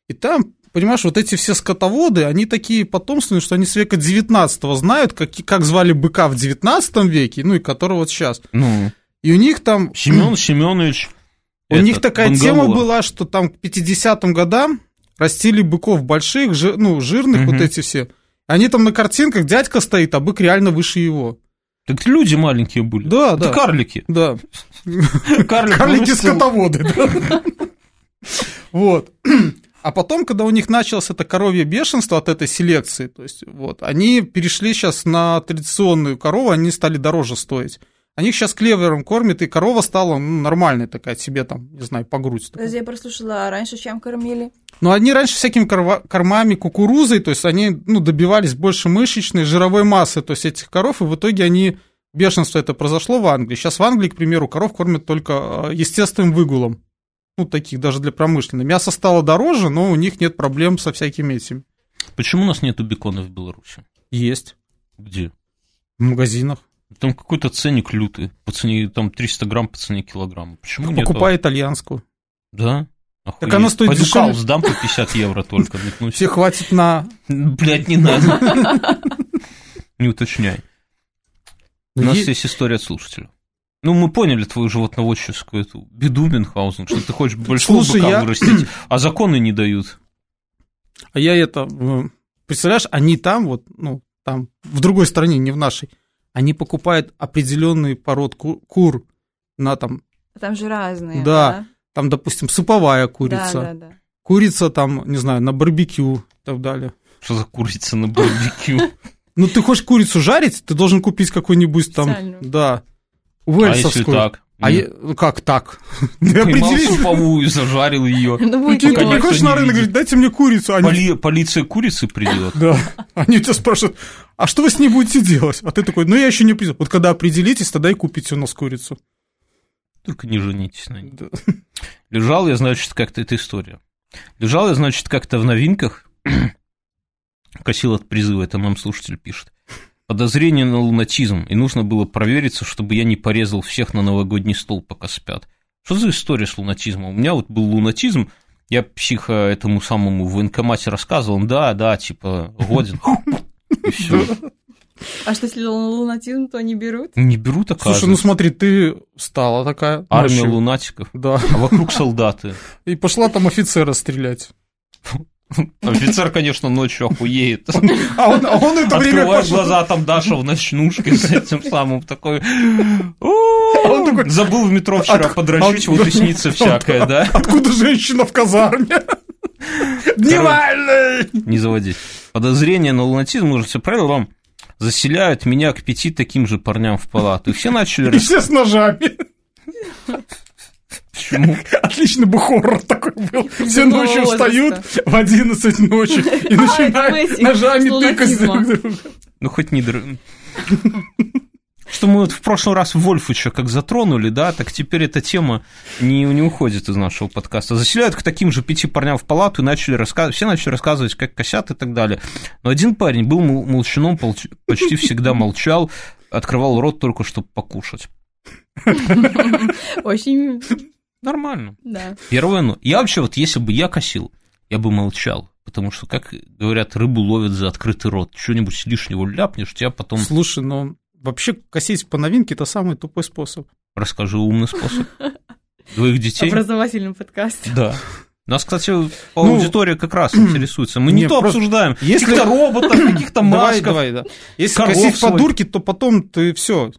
[SPEAKER 1] И там, понимаешь, вот эти все скотоводы, они такие потомственные, что они с века 19 знают, как, как звали быка в 19 веке, ну и которого вот сейчас.
[SPEAKER 2] Ну,
[SPEAKER 1] И у них там...
[SPEAKER 2] Семен Семенович.
[SPEAKER 1] У них такая тема была, что там к 50-м годам растили быков больших, жи- ну, жирных,
[SPEAKER 2] Мгм.
[SPEAKER 1] вот эти все. Они там на картинках, дядька стоит, а бык реально выше его.
[SPEAKER 2] Так люди маленькие были.
[SPEAKER 1] Да,
[SPEAKER 2] Это
[SPEAKER 1] да. Ну,
[SPEAKER 2] карлики.
[SPEAKER 1] Да.
[SPEAKER 2] Карлик
[SPEAKER 1] Карлики
[SPEAKER 2] вырастил.
[SPEAKER 1] скотоводы, (laughs) да. Вот. А потом, когда у них началось это коровье бешенство от этой селекции, то есть вот, они перешли сейчас на традиционную корову, они стали дороже стоить. Они их сейчас клевером кормят, и корова стала ну, нормальной такая, себе там, не знаю, по грудь. такой.
[SPEAKER 4] Подожди, я прослушала, а раньше чем кормили?
[SPEAKER 1] Но они раньше всякими корва- кормами кукурузой, то есть они ну, добивались больше мышечной, жировой массы, то есть этих коров, и в итоге они, бешенство это произошло в Англии. Сейчас в Англии, к примеру, коров кормят только э, естественным выгулом. Ну, таких даже для промышленной. Мясо стало дороже, но у них нет проблем со всякими этими.
[SPEAKER 2] Почему у нас нету бекона в Беларуси?
[SPEAKER 1] Есть.
[SPEAKER 2] Где?
[SPEAKER 1] В магазинах.
[SPEAKER 2] Там какой-то ценник лютый. По цене, там 300 грамм по цене килограмма.
[SPEAKER 1] Ну,
[SPEAKER 2] Почему нету?
[SPEAKER 1] Покупай итальянскую.
[SPEAKER 2] Да? Охуеть.
[SPEAKER 1] оно стоит
[SPEAKER 2] Пойду
[SPEAKER 1] дешевле.
[SPEAKER 2] кал сдам по 50
[SPEAKER 1] (laughs)
[SPEAKER 2] евро только. метнусь.
[SPEAKER 1] Все хватит на...
[SPEAKER 2] Блядь, не надо. (laughs) Не уточняй. У нас
[SPEAKER 1] Ну, Е-
[SPEAKER 2] есть история от слушателя. Ну, мы поняли твою животноводческую эту беду Мюнхгаузен, что ты хочешь большого
[SPEAKER 1] Слушай,
[SPEAKER 2] быка
[SPEAKER 1] я-
[SPEAKER 2] вырастить, а законы не дают.
[SPEAKER 1] А я это... э, Представляешь, они там, вот, ну, там, в другой стране, не в нашей, они покупают определенный пород ку- кур на там,
[SPEAKER 4] А Там же разные.
[SPEAKER 1] Да, там, допустим, суповая курица,
[SPEAKER 4] Да, да, да.
[SPEAKER 1] курица там, не знаю, на барбекю и так далее.
[SPEAKER 2] Что за курица
[SPEAKER 1] (laughs)
[SPEAKER 2] на барбекю?
[SPEAKER 1] Ну, ты хочешь курицу жарить, ты должен купить какую-нибудь там...
[SPEAKER 4] Специальную.
[SPEAKER 1] Да.
[SPEAKER 2] А если
[SPEAKER 1] Уэльсовскую.
[SPEAKER 2] так?
[SPEAKER 1] А
[SPEAKER 2] Ну,
[SPEAKER 1] я- ну, как так? (laughs) Ты
[SPEAKER 2] Поймал
[SPEAKER 1] определись?
[SPEAKER 2] суповую, зажарил ее.
[SPEAKER 3] (laughs) Ну,
[SPEAKER 1] Ну,
[SPEAKER 3] будет
[SPEAKER 1] Ты
[SPEAKER 2] Никто
[SPEAKER 3] неплохо.
[SPEAKER 1] приходишь
[SPEAKER 2] не
[SPEAKER 1] на рынок и
[SPEAKER 2] видит.
[SPEAKER 1] говоришь, дайте мне курицу. а (laughs) они-
[SPEAKER 2] Полиция курицы придет.
[SPEAKER 1] Да. Они тебя спрашивают, а что вы с ней будете делать? А ты такой, ну я еще не определил. Вот когда определитесь, тогда и купите у нас курицу.
[SPEAKER 2] Только не женитесь на ней.
[SPEAKER 1] Да.
[SPEAKER 2] Лежал я, значит, как-то эта история. Лежал я, значит, как-то в новинках. (clears throat) Косил от призыва, это нам слушатель пишет. Подозрение на лунатизм, и нужно было провериться, чтобы я не порезал всех на новогодний стол, пока спят. Что за история с лунатизмом? У меня вот был лунатизм, я психо этому самому в военкомате рассказывал, да, да, типа, годен, и все.
[SPEAKER 3] А что, если лу- лунатизм, то не
[SPEAKER 4] (laughs)
[SPEAKER 3] берут?
[SPEAKER 2] Не берут,
[SPEAKER 1] Слушай, ну
[SPEAKER 2] оказывается.
[SPEAKER 1] смотри, ты встала такая.
[SPEAKER 2] Армия
[SPEAKER 1] ночью.
[SPEAKER 2] лунатиков,
[SPEAKER 1] Да.
[SPEAKER 2] а
[SPEAKER 1] (laughs)
[SPEAKER 2] вокруг солдаты.
[SPEAKER 1] И пошла там офицера стрелять.
[SPEAKER 2] Офицер, конечно, ночью охуеет.
[SPEAKER 1] А он, а он это время
[SPEAKER 2] Открываешь
[SPEAKER 1] пошел.
[SPEAKER 2] глаза, а там Даша в ночнушке с этим самым такой.
[SPEAKER 1] А он такой,
[SPEAKER 2] Забыл в метро вчера
[SPEAKER 1] От-
[SPEAKER 2] подрочить,
[SPEAKER 1] он-
[SPEAKER 2] вот и снится всякое, да?
[SPEAKER 1] Откуда женщина в казарме? Дневальный!
[SPEAKER 2] Не заводить. Подозрение на лунатизм, уже все правило вам заселяют меня к пяти таким же парням в палату. И все начали...
[SPEAKER 1] И (laughs)
[SPEAKER 2] рас-
[SPEAKER 1] все с ножами.
[SPEAKER 2] Почему?
[SPEAKER 1] Отлично бы хоррор такой был. Все
[SPEAKER 3] Любого
[SPEAKER 1] ночью встают в 11 ночи и
[SPEAKER 3] мы
[SPEAKER 1] начинают
[SPEAKER 3] эти,
[SPEAKER 1] ножами
[SPEAKER 3] с
[SPEAKER 1] тыкать друг
[SPEAKER 3] лунатизмом.
[SPEAKER 1] друга.
[SPEAKER 2] Ну, хоть не дры- (laughs) Что мы вот в прошлый раз Вольфыча как затронули, да, так теперь эта тема не, не уходит из нашего подкаста. Заселяют к таким же пяти парням в палату и начали рассказывать, все начали рассказывать, как косят и так далее. Но один парень был мол- молчуном, полч- почти всегда молчал, открывал рот только, чтобы покушать.
[SPEAKER 3] Очень,
[SPEAKER 2] Нормально.
[SPEAKER 3] да.
[SPEAKER 2] Первое, ну, я вообще вот, если бы я косил, я бы молчал. Потому что, как говорят, рыбу ловят за открытый рот. Что-нибудь лишнего ляпнешь, тебя потом
[SPEAKER 1] Слушай, ну вообще косить по новинке это самый тупой способ.
[SPEAKER 2] расскажу умный
[SPEAKER 3] (laughs)
[SPEAKER 2] способ. Двоих детей.
[SPEAKER 3] Образовательный подкаст.
[SPEAKER 2] Да. Нас, кстати, по
[SPEAKER 1] Ну,
[SPEAKER 2] аудитория
[SPEAKER 1] (clears throat)
[SPEAKER 2] как раз интересуется. Мы не,
[SPEAKER 1] не,
[SPEAKER 2] то
[SPEAKER 1] просто-
[SPEAKER 2] обсуждаем.
[SPEAKER 1] если- (clears throat)
[SPEAKER 2] Каких-то роботов, каких-то
[SPEAKER 1] Давай,
[SPEAKER 2] масков.
[SPEAKER 1] давай, да. Если
[SPEAKER 2] Коров
[SPEAKER 1] косить по
[SPEAKER 2] свой.
[SPEAKER 1] дурке, то потом ты все.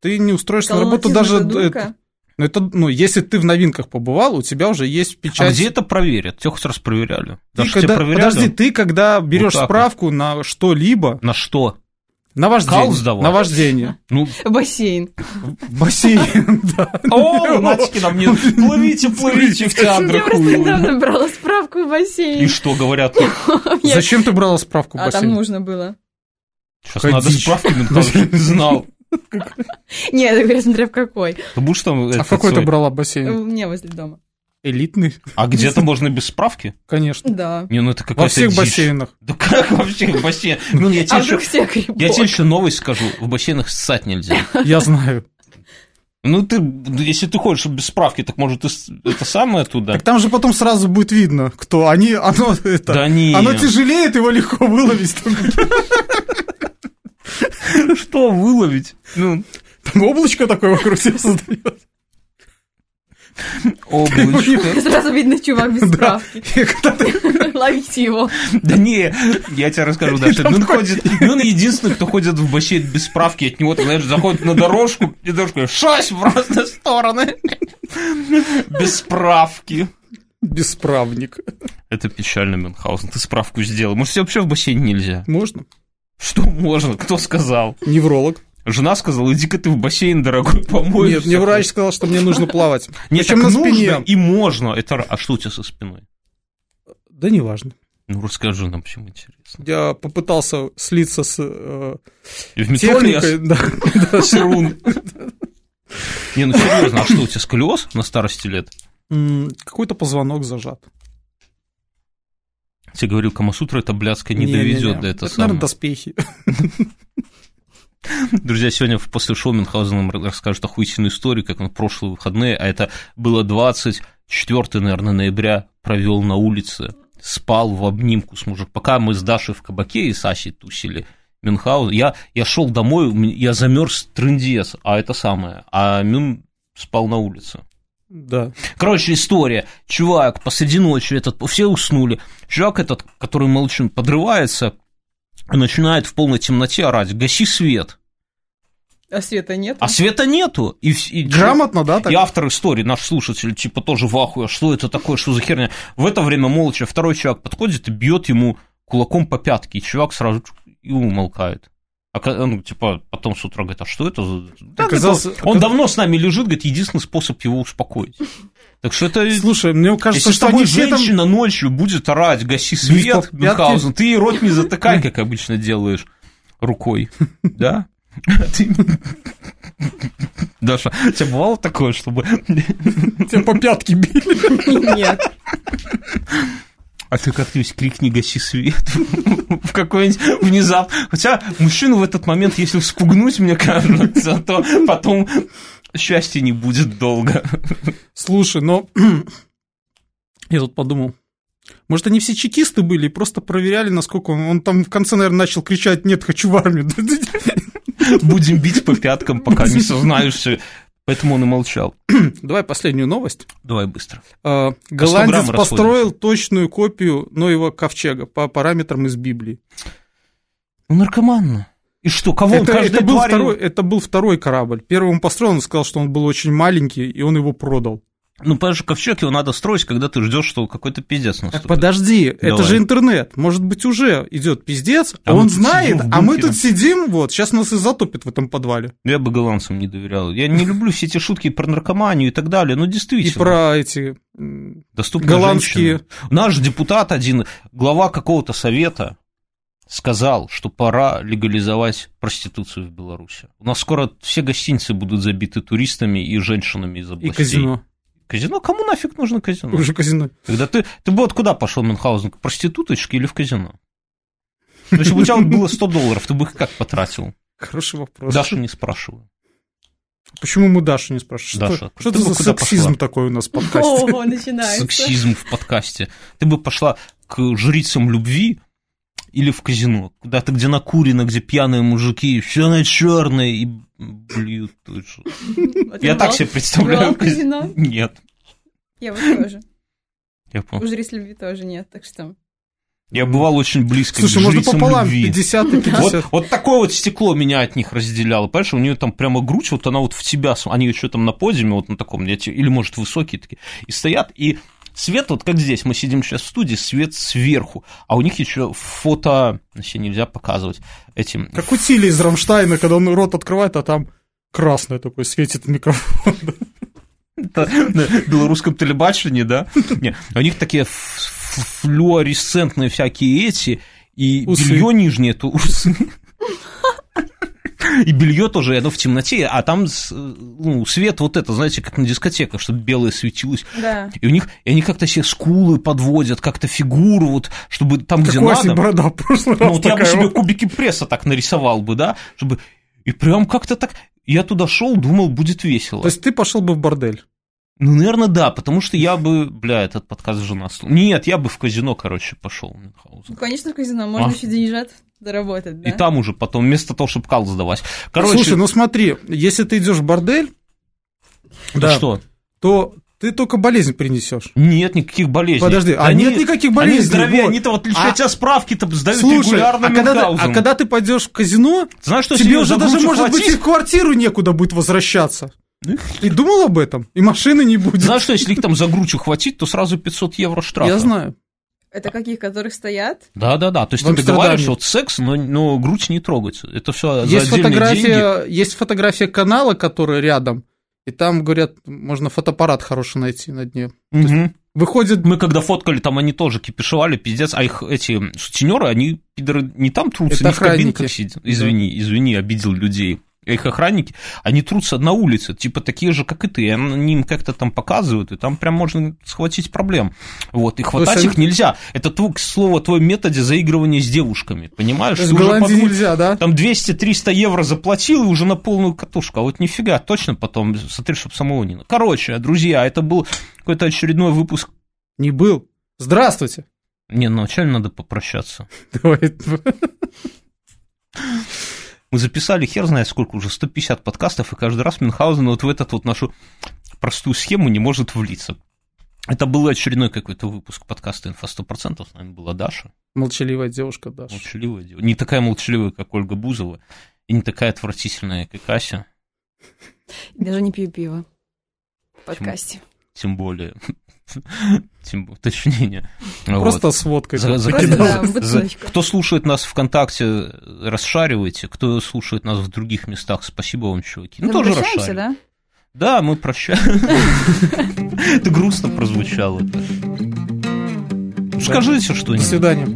[SPEAKER 1] Ты не устроишься на работу
[SPEAKER 4] Лунатизм это
[SPEAKER 1] даже...
[SPEAKER 4] дурка.
[SPEAKER 1] это- Ну, это, ну, если ты в новинках побывал, у тебя уже есть
[SPEAKER 2] А
[SPEAKER 1] печать.
[SPEAKER 2] где это проверят? Тебя хоть раз проверяли.
[SPEAKER 1] Ты
[SPEAKER 2] Даже
[SPEAKER 1] когда-
[SPEAKER 2] тебя проверяли.
[SPEAKER 1] подожди, ты когда берешь
[SPEAKER 2] так вот.
[SPEAKER 1] справку на что-либо, (laughs)
[SPEAKER 2] На что?
[SPEAKER 1] на вождение,
[SPEAKER 2] Кал сдавал?
[SPEAKER 1] на вождение,
[SPEAKER 2] Ну,
[SPEAKER 1] (laughs)
[SPEAKER 3] Бассейн.
[SPEAKER 1] в бассейн, (laughs)
[SPEAKER 2] (laughs)
[SPEAKER 1] да.
[SPEAKER 2] о, Натики
[SPEAKER 1] (laughs)
[SPEAKER 2] на мне, плывите, плывите в театр.
[SPEAKER 3] (laughs) Я просто недавно брала справку в
[SPEAKER 2] И
[SPEAKER 3] бассейн.
[SPEAKER 2] что говорят?
[SPEAKER 3] Я-
[SPEAKER 1] Зачем ты брала справку в
[SPEAKER 3] А там
[SPEAKER 1] бассейн?
[SPEAKER 3] нужно было.
[SPEAKER 2] Сейчас
[SPEAKER 1] Ходить.
[SPEAKER 2] надо справки, ну,
[SPEAKER 1] (laughs)
[SPEAKER 2] чтобы ты знал.
[SPEAKER 3] Нет, это говоря, смотря в какой.
[SPEAKER 2] Ты будешь там...
[SPEAKER 1] А
[SPEAKER 2] этот
[SPEAKER 1] в какой ты
[SPEAKER 2] свой-
[SPEAKER 1] брала бассейн?
[SPEAKER 3] Мне возле дома.
[SPEAKER 1] Элитный,
[SPEAKER 2] А где-то можно без справки?
[SPEAKER 1] конечно.
[SPEAKER 3] Да.
[SPEAKER 2] Не, ну это какая-то
[SPEAKER 1] Во всех
[SPEAKER 2] дичь.
[SPEAKER 1] бассейнах.
[SPEAKER 2] Да как во всех бассейнах? Ну, я тебе
[SPEAKER 3] А
[SPEAKER 2] еще...
[SPEAKER 3] вдруг все грибок?
[SPEAKER 2] Я тебе еще новость скажу. В бассейнах ссать нельзя.
[SPEAKER 1] Я знаю.
[SPEAKER 2] (laughs) Ну, ты, ну, если ты хочешь без справки, так может ты с- это самое туда?
[SPEAKER 1] Так там же потом сразу будет видно, кто они, оно это.
[SPEAKER 2] Да не.
[SPEAKER 1] Оно тяжелеет, его легко выловить. Там,
[SPEAKER 2] (laughs) что выловить? Ну,
[SPEAKER 1] там облачко такое вокруг себя создает.
[SPEAKER 2] облачко.
[SPEAKER 3] (laughs) Сразу видно, чувак без
[SPEAKER 1] Да.
[SPEAKER 2] (laughs)
[SPEAKER 3] справки.
[SPEAKER 1] И когда ты-
[SPEAKER 3] (laughs) Ловите его.
[SPEAKER 2] Да не, я тебе расскажу, (laughs)
[SPEAKER 1] И
[SPEAKER 2] Даша.
[SPEAKER 1] там
[SPEAKER 2] Ну,
[SPEAKER 1] такой-
[SPEAKER 2] ходит- ну, он единственный, кто ходит в бассейн без справки. От него, ты, знаешь, заходит на дорожку, и дорожка шась в разные стороны. (laughs) Без справки.
[SPEAKER 1] Бесправник.
[SPEAKER 2] Это печально, Мюнхгаузен, ты справку сделал. Может, тебе вообще в бассейн нельзя?
[SPEAKER 1] Можно?
[SPEAKER 2] Что можно? Кто сказал?
[SPEAKER 1] Невролог.
[SPEAKER 2] Жена сказала, иди-ка ты в бассейн, дорогой, (laughs) помой.
[SPEAKER 1] Нет, мне врач сказал, что мне нужно плавать.
[SPEAKER 2] Не,
[SPEAKER 1] Причем
[SPEAKER 2] так
[SPEAKER 1] на
[SPEAKER 2] нужно
[SPEAKER 1] спине.
[SPEAKER 2] и можно. Это... ра- А что у тебя со спиной?
[SPEAKER 1] Да неважно.
[SPEAKER 2] Ну, расскажи нам, почему интересно.
[SPEAKER 1] Я попытался слиться с э,
[SPEAKER 2] И в метро
[SPEAKER 1] техникой. Да, да, (laughs) Шерун.
[SPEAKER 2] Не, ну серьезно, а что у тебя сколиоз на старости лет?
[SPEAKER 1] М, Какой-то позвонок зажат.
[SPEAKER 2] Я Тебе говорил, Камасутра это блядская не,
[SPEAKER 1] Не-не-не.
[SPEAKER 2] доведет до этого
[SPEAKER 1] Это, наверное,
[SPEAKER 2] самого.
[SPEAKER 1] доспехи.
[SPEAKER 2] Друзья, сегодня в- после шоу Мюнхгаузен нам расскажет охуительную историю, как он в прошлые выходные, а это было 24, наверное, ноября, провел на улице, спал в обнимку с мужиком. Пока мы с Дашей в кабаке и Сашей тусили, Мюнхгаузен, я, я шел домой, у меня- я замерз трындец, а это самое, а Мюн спал на улице.
[SPEAKER 1] Да.
[SPEAKER 2] Короче, история. Чувак посреди ночи, этот, все уснули. Чувак этот, который молчун, подрывается, и начинает в полной темноте орать. Гаси свет.
[SPEAKER 3] А света нет?
[SPEAKER 2] А света нету. И, вс- и
[SPEAKER 1] Грамотно, да? так?
[SPEAKER 2] и автор истории, наш слушатель, типа тоже в ахуе, а что это такое, что за херня. В это время молча второй чувак подходит и бьет ему кулаком по пятке, и чувак сразу чук и умолкает. А ка- ну, типа, потом с утра говорит, а что это? за- Да,
[SPEAKER 1] Оказался-
[SPEAKER 2] говорит, он давно с нами лежит, говорит, единственный способ его успокоить. Так что это...
[SPEAKER 1] Слушай, мне кажется,
[SPEAKER 2] Если с
[SPEAKER 1] что
[SPEAKER 2] тобой
[SPEAKER 1] они все там...
[SPEAKER 2] женщина ночью будет орать, гаси
[SPEAKER 1] под
[SPEAKER 2] свет,
[SPEAKER 1] пятки.
[SPEAKER 2] Мюнхгаузен, ты ей рот
[SPEAKER 1] (laughs)
[SPEAKER 2] не затыкай, как обычно делаешь рукой, да? Ты- Даша, у тебя бывало такое, чтобы... (laughs)
[SPEAKER 1] Тебя по пятке били.
[SPEAKER 3] (laughs) Нет.
[SPEAKER 2] А ты как-нибудь крикни «гаси свет» (laughs) в какой-нибудь внезап. Хотя мужчину в этот момент, если вспугнуть, мне кажется, то потом счастья не будет долго.
[SPEAKER 1] Слушай, но... (clears throat) Я тут подумал. Может, они все чекисты были и просто проверяли, насколько он... Он там в конце, наверное, начал кричать «Нет, хочу в армию». (laughs)
[SPEAKER 2] Будем бить по пяткам, пока не сознаешься. Поэтому он и молчал.
[SPEAKER 1] Давай последнюю новость.
[SPEAKER 2] Давай быстро.
[SPEAKER 1] Э,
[SPEAKER 2] грамм
[SPEAKER 1] Голландец
[SPEAKER 2] расходимся.
[SPEAKER 1] построил точную копию Ноева ковчега по параметрам из Библии.
[SPEAKER 2] Ну, наркоманно. И что, кого он
[SPEAKER 1] это,
[SPEAKER 2] каждой
[SPEAKER 1] это был
[SPEAKER 2] твари-
[SPEAKER 1] второй, это был второй корабль. Первый он построил, он сказал, что он был очень маленький, и он его продал.
[SPEAKER 2] Ну, потому что ковчег его надо строить, когда ты ждешь, что какой-то пиздец
[SPEAKER 1] Так
[SPEAKER 2] наступит.
[SPEAKER 1] подожди, это
[SPEAKER 2] Давай.
[SPEAKER 1] же интернет. Может быть, уже идет пиздец,
[SPEAKER 2] А
[SPEAKER 1] а
[SPEAKER 2] мы
[SPEAKER 1] он
[SPEAKER 2] тут
[SPEAKER 1] знает,
[SPEAKER 2] сидим в
[SPEAKER 1] а мы
[SPEAKER 2] бункере.
[SPEAKER 1] тут сидим, вот, сейчас нас и затопит в этом подвале.
[SPEAKER 2] Я бы голландцам не доверял. Я не люблю все эти шутки про наркоманию и так далее. Ну,
[SPEAKER 1] И
[SPEAKER 2] действительно.
[SPEAKER 1] про эти... м,
[SPEAKER 2] Доступная
[SPEAKER 1] голландские-
[SPEAKER 2] женщина. Наш депутат один, глава какого-то совета, сказал, что пора легализовать проституцию в Беларуси. У нас скоро все гостиницы будут забиты туристами и женщинами из областей.
[SPEAKER 1] И казино.
[SPEAKER 2] Казино? Кому нафиг нужно казино?
[SPEAKER 1] Уже казино.
[SPEAKER 2] Когда ты, ты бы вот куда пошел, Мюнхгаузен, к проституточке или в казино? Ну, Если бы у тебя вот было 100 долларов, ты бы их как потратил?
[SPEAKER 1] Хороший вопрос.
[SPEAKER 2] Дашу не спрашиваю.
[SPEAKER 1] Почему мы Дашу не спрашиваем?
[SPEAKER 2] Даша,
[SPEAKER 1] что
[SPEAKER 2] ты
[SPEAKER 1] что это
[SPEAKER 2] бы
[SPEAKER 1] за
[SPEAKER 2] куда
[SPEAKER 1] сексизм
[SPEAKER 2] пошла?
[SPEAKER 1] такой у нас в подкасте?
[SPEAKER 3] О, начинается.
[SPEAKER 2] Сексизм в подкасте. Ты бы пошла к жрицам любви или в казино? Куда-то, где накурено, где пьяные мужики, все на черное и блюют тут же. Я так себе
[SPEAKER 3] Была
[SPEAKER 2] представляю.
[SPEAKER 3] в казино.
[SPEAKER 2] Нет.
[SPEAKER 3] Я вот тоже.
[SPEAKER 2] Я, понял.
[SPEAKER 3] У жриц любви тоже нет, так что...
[SPEAKER 2] я бывал очень близко
[SPEAKER 1] Слушай,
[SPEAKER 2] к
[SPEAKER 1] можно
[SPEAKER 2] жрицам
[SPEAKER 1] пополам,
[SPEAKER 2] любви.
[SPEAKER 1] 50 и 50.
[SPEAKER 2] Вот, вот такое вот стекло меня от них разделяло, понимаешь, у нее там прямо грудь, вот она вот в тебя, см- они еще там на подиуме, вот на таком, я те- или может высокие такие, и стоят, и свет, вот как здесь, мы сидим сейчас в студии, свет сверху, а у них еще фото, значит, нельзя показывать этим,
[SPEAKER 1] Как у Тилли из Рамштайна, когда он рот открывает, а там красное такое светит микрофон.
[SPEAKER 2] Это на белорусском телебачении, да? Не, у них такие ф- ф- флуоресцентные всякие эти, и
[SPEAKER 1] Усы.
[SPEAKER 2] белье нижнее, то усы. И белье тоже, оно в темноте, а там с- ну, свет вот это, знаете, как на дискотеках, чтобы белое светилось.
[SPEAKER 5] Да.
[SPEAKER 2] И у них, и они как-то себе скулы подводят, как-то фигуру вот, чтобы там, где
[SPEAKER 1] Как у Аси
[SPEAKER 2] надо.
[SPEAKER 1] борода в прошлый
[SPEAKER 2] Ну,
[SPEAKER 1] раз
[SPEAKER 2] вот я бы
[SPEAKER 1] такая
[SPEAKER 2] себе
[SPEAKER 1] вот.
[SPEAKER 2] кубики пресса так нарисовал бы, да, чтобы... И прям как-то так... Я туда шел, думал, будет весело.
[SPEAKER 1] То есть ты пошел бы в бордель.
[SPEAKER 2] Ну, наверное, да, потому что я бы, бля, этот подкаст жена слу- Нет, я бы в казино, короче, пошел
[SPEAKER 3] Ну, конечно, в казино. Можно
[SPEAKER 2] А.
[SPEAKER 3] еще деньжат заработать, да?
[SPEAKER 2] И там уже потом, вместо того, чтобы кал сдавать. Короче,
[SPEAKER 1] Слушай, ну смотри, если ты идешь в бордель,
[SPEAKER 2] да
[SPEAKER 1] да.
[SPEAKER 2] что?
[SPEAKER 1] то ты только болезнь принесешь.
[SPEAKER 2] Нет никаких болезней.
[SPEAKER 1] Подожди, а
[SPEAKER 2] Они-
[SPEAKER 1] нет никаких
[SPEAKER 2] Они
[SPEAKER 1] болезней.
[SPEAKER 2] здоровее,
[SPEAKER 1] вот.
[SPEAKER 2] они-то вот лишь
[SPEAKER 1] А-
[SPEAKER 2] от тебя справки-то сдают
[SPEAKER 1] Слушай, а
[SPEAKER 2] регулярно
[SPEAKER 1] когда, ты, а
[SPEAKER 2] Мюнхгаузен.
[SPEAKER 1] когда ты пойдешь в казино,
[SPEAKER 2] Знаешь, что
[SPEAKER 1] тебе
[SPEAKER 2] серьёзно,
[SPEAKER 1] уже
[SPEAKER 2] за
[SPEAKER 1] даже,
[SPEAKER 2] грудь
[SPEAKER 1] может быть, и (laughs)
[SPEAKER 2] ухватить?
[SPEAKER 1] в квартиру некуда будет возвращаться.
[SPEAKER 2] Ну,
[SPEAKER 1] Ты думал об этом? И машины не будет.
[SPEAKER 2] Знаешь, что если их там за грудь ухватить, то сразу 500 евро штрафа.
[SPEAKER 1] Я знаю.
[SPEAKER 3] Это каких, которых стоят?
[SPEAKER 2] Да-да-да, то есть
[SPEAKER 1] В
[SPEAKER 2] ты
[SPEAKER 1] Амстердаме.
[SPEAKER 2] договариваешься, вот секс, но, но грудь не трогается. Это все за
[SPEAKER 1] Есть
[SPEAKER 2] отдельные деньги.
[SPEAKER 1] фотография, есть фотография канала, который рядом, и там, говорят, можно фотоаппарат хороший найти на дне.
[SPEAKER 2] Мгм.
[SPEAKER 1] Выходит,
[SPEAKER 2] Мы когда фоткали, там они тоже кипишевали, пиздец, а их эти сутенеры, они пидоры не там трутся,
[SPEAKER 1] Это
[SPEAKER 2] не в кабинках
[SPEAKER 1] охранники.
[SPEAKER 2] сидят. Извини, извини, обидел людей. А Их охранники, они трутся на улице, типа такие же, как и ты. и Они им как-то там показывают, и там прям можно схватить проблем. Вот, и хватать
[SPEAKER 1] есть
[SPEAKER 2] их нельзя. Это, твой, к слову, о твоем методе заигрывания с девушками, понимаешь?
[SPEAKER 1] с
[SPEAKER 2] Ты уже
[SPEAKER 1] Голландии
[SPEAKER 2] подумал,
[SPEAKER 1] нельзя, да?
[SPEAKER 2] там 200-300 евро заплатил и уже на полную катушку. А вот нифига, точно потом, смотри, чтобы самого не... на- Короче, друзья, это был какой-то очередной выпуск.
[SPEAKER 1] Не был. Здравствуйте. (laughs)
[SPEAKER 2] Не, ну вначале надо попрощаться.
[SPEAKER 1] Давай.
[SPEAKER 2] Мы записали хер знает сколько, уже 150 подкастов, и каждый раз Мюнхгаузен вот в этот вот нашу простую схему не может влиться. Это был очередной какой-то выпуск подкаста «Инфа 100%». С нами была Даша,
[SPEAKER 1] Молчаливая девушка, Даша.
[SPEAKER 2] молчаливая дев- Не такая молчаливая, как Ольга Бузова, и не такая отвратительная, как Ася,
[SPEAKER 3] Даже не пью пиво. В подкасте.
[SPEAKER 2] тем более. (laughs) Тем, бо- точнее, не. Вот.
[SPEAKER 1] Просто с водкой.
[SPEAKER 2] За- за-
[SPEAKER 3] Просто,
[SPEAKER 2] Закидал.
[SPEAKER 3] да, бутылочка.
[SPEAKER 2] Кто слушает нас ВКонтакте, расшаривайте. Кто слушает нас в других местах, спасибо вам, чуваки. Ну,
[SPEAKER 3] Мы
[SPEAKER 2] тоже
[SPEAKER 3] прощаемся,
[SPEAKER 2] расшаривайте.
[SPEAKER 3] да?
[SPEAKER 2] Да, мы прощаем. Это грустно прозвучало. Скажите
[SPEAKER 1] До
[SPEAKER 2] что-нибудь.
[SPEAKER 1] свидания.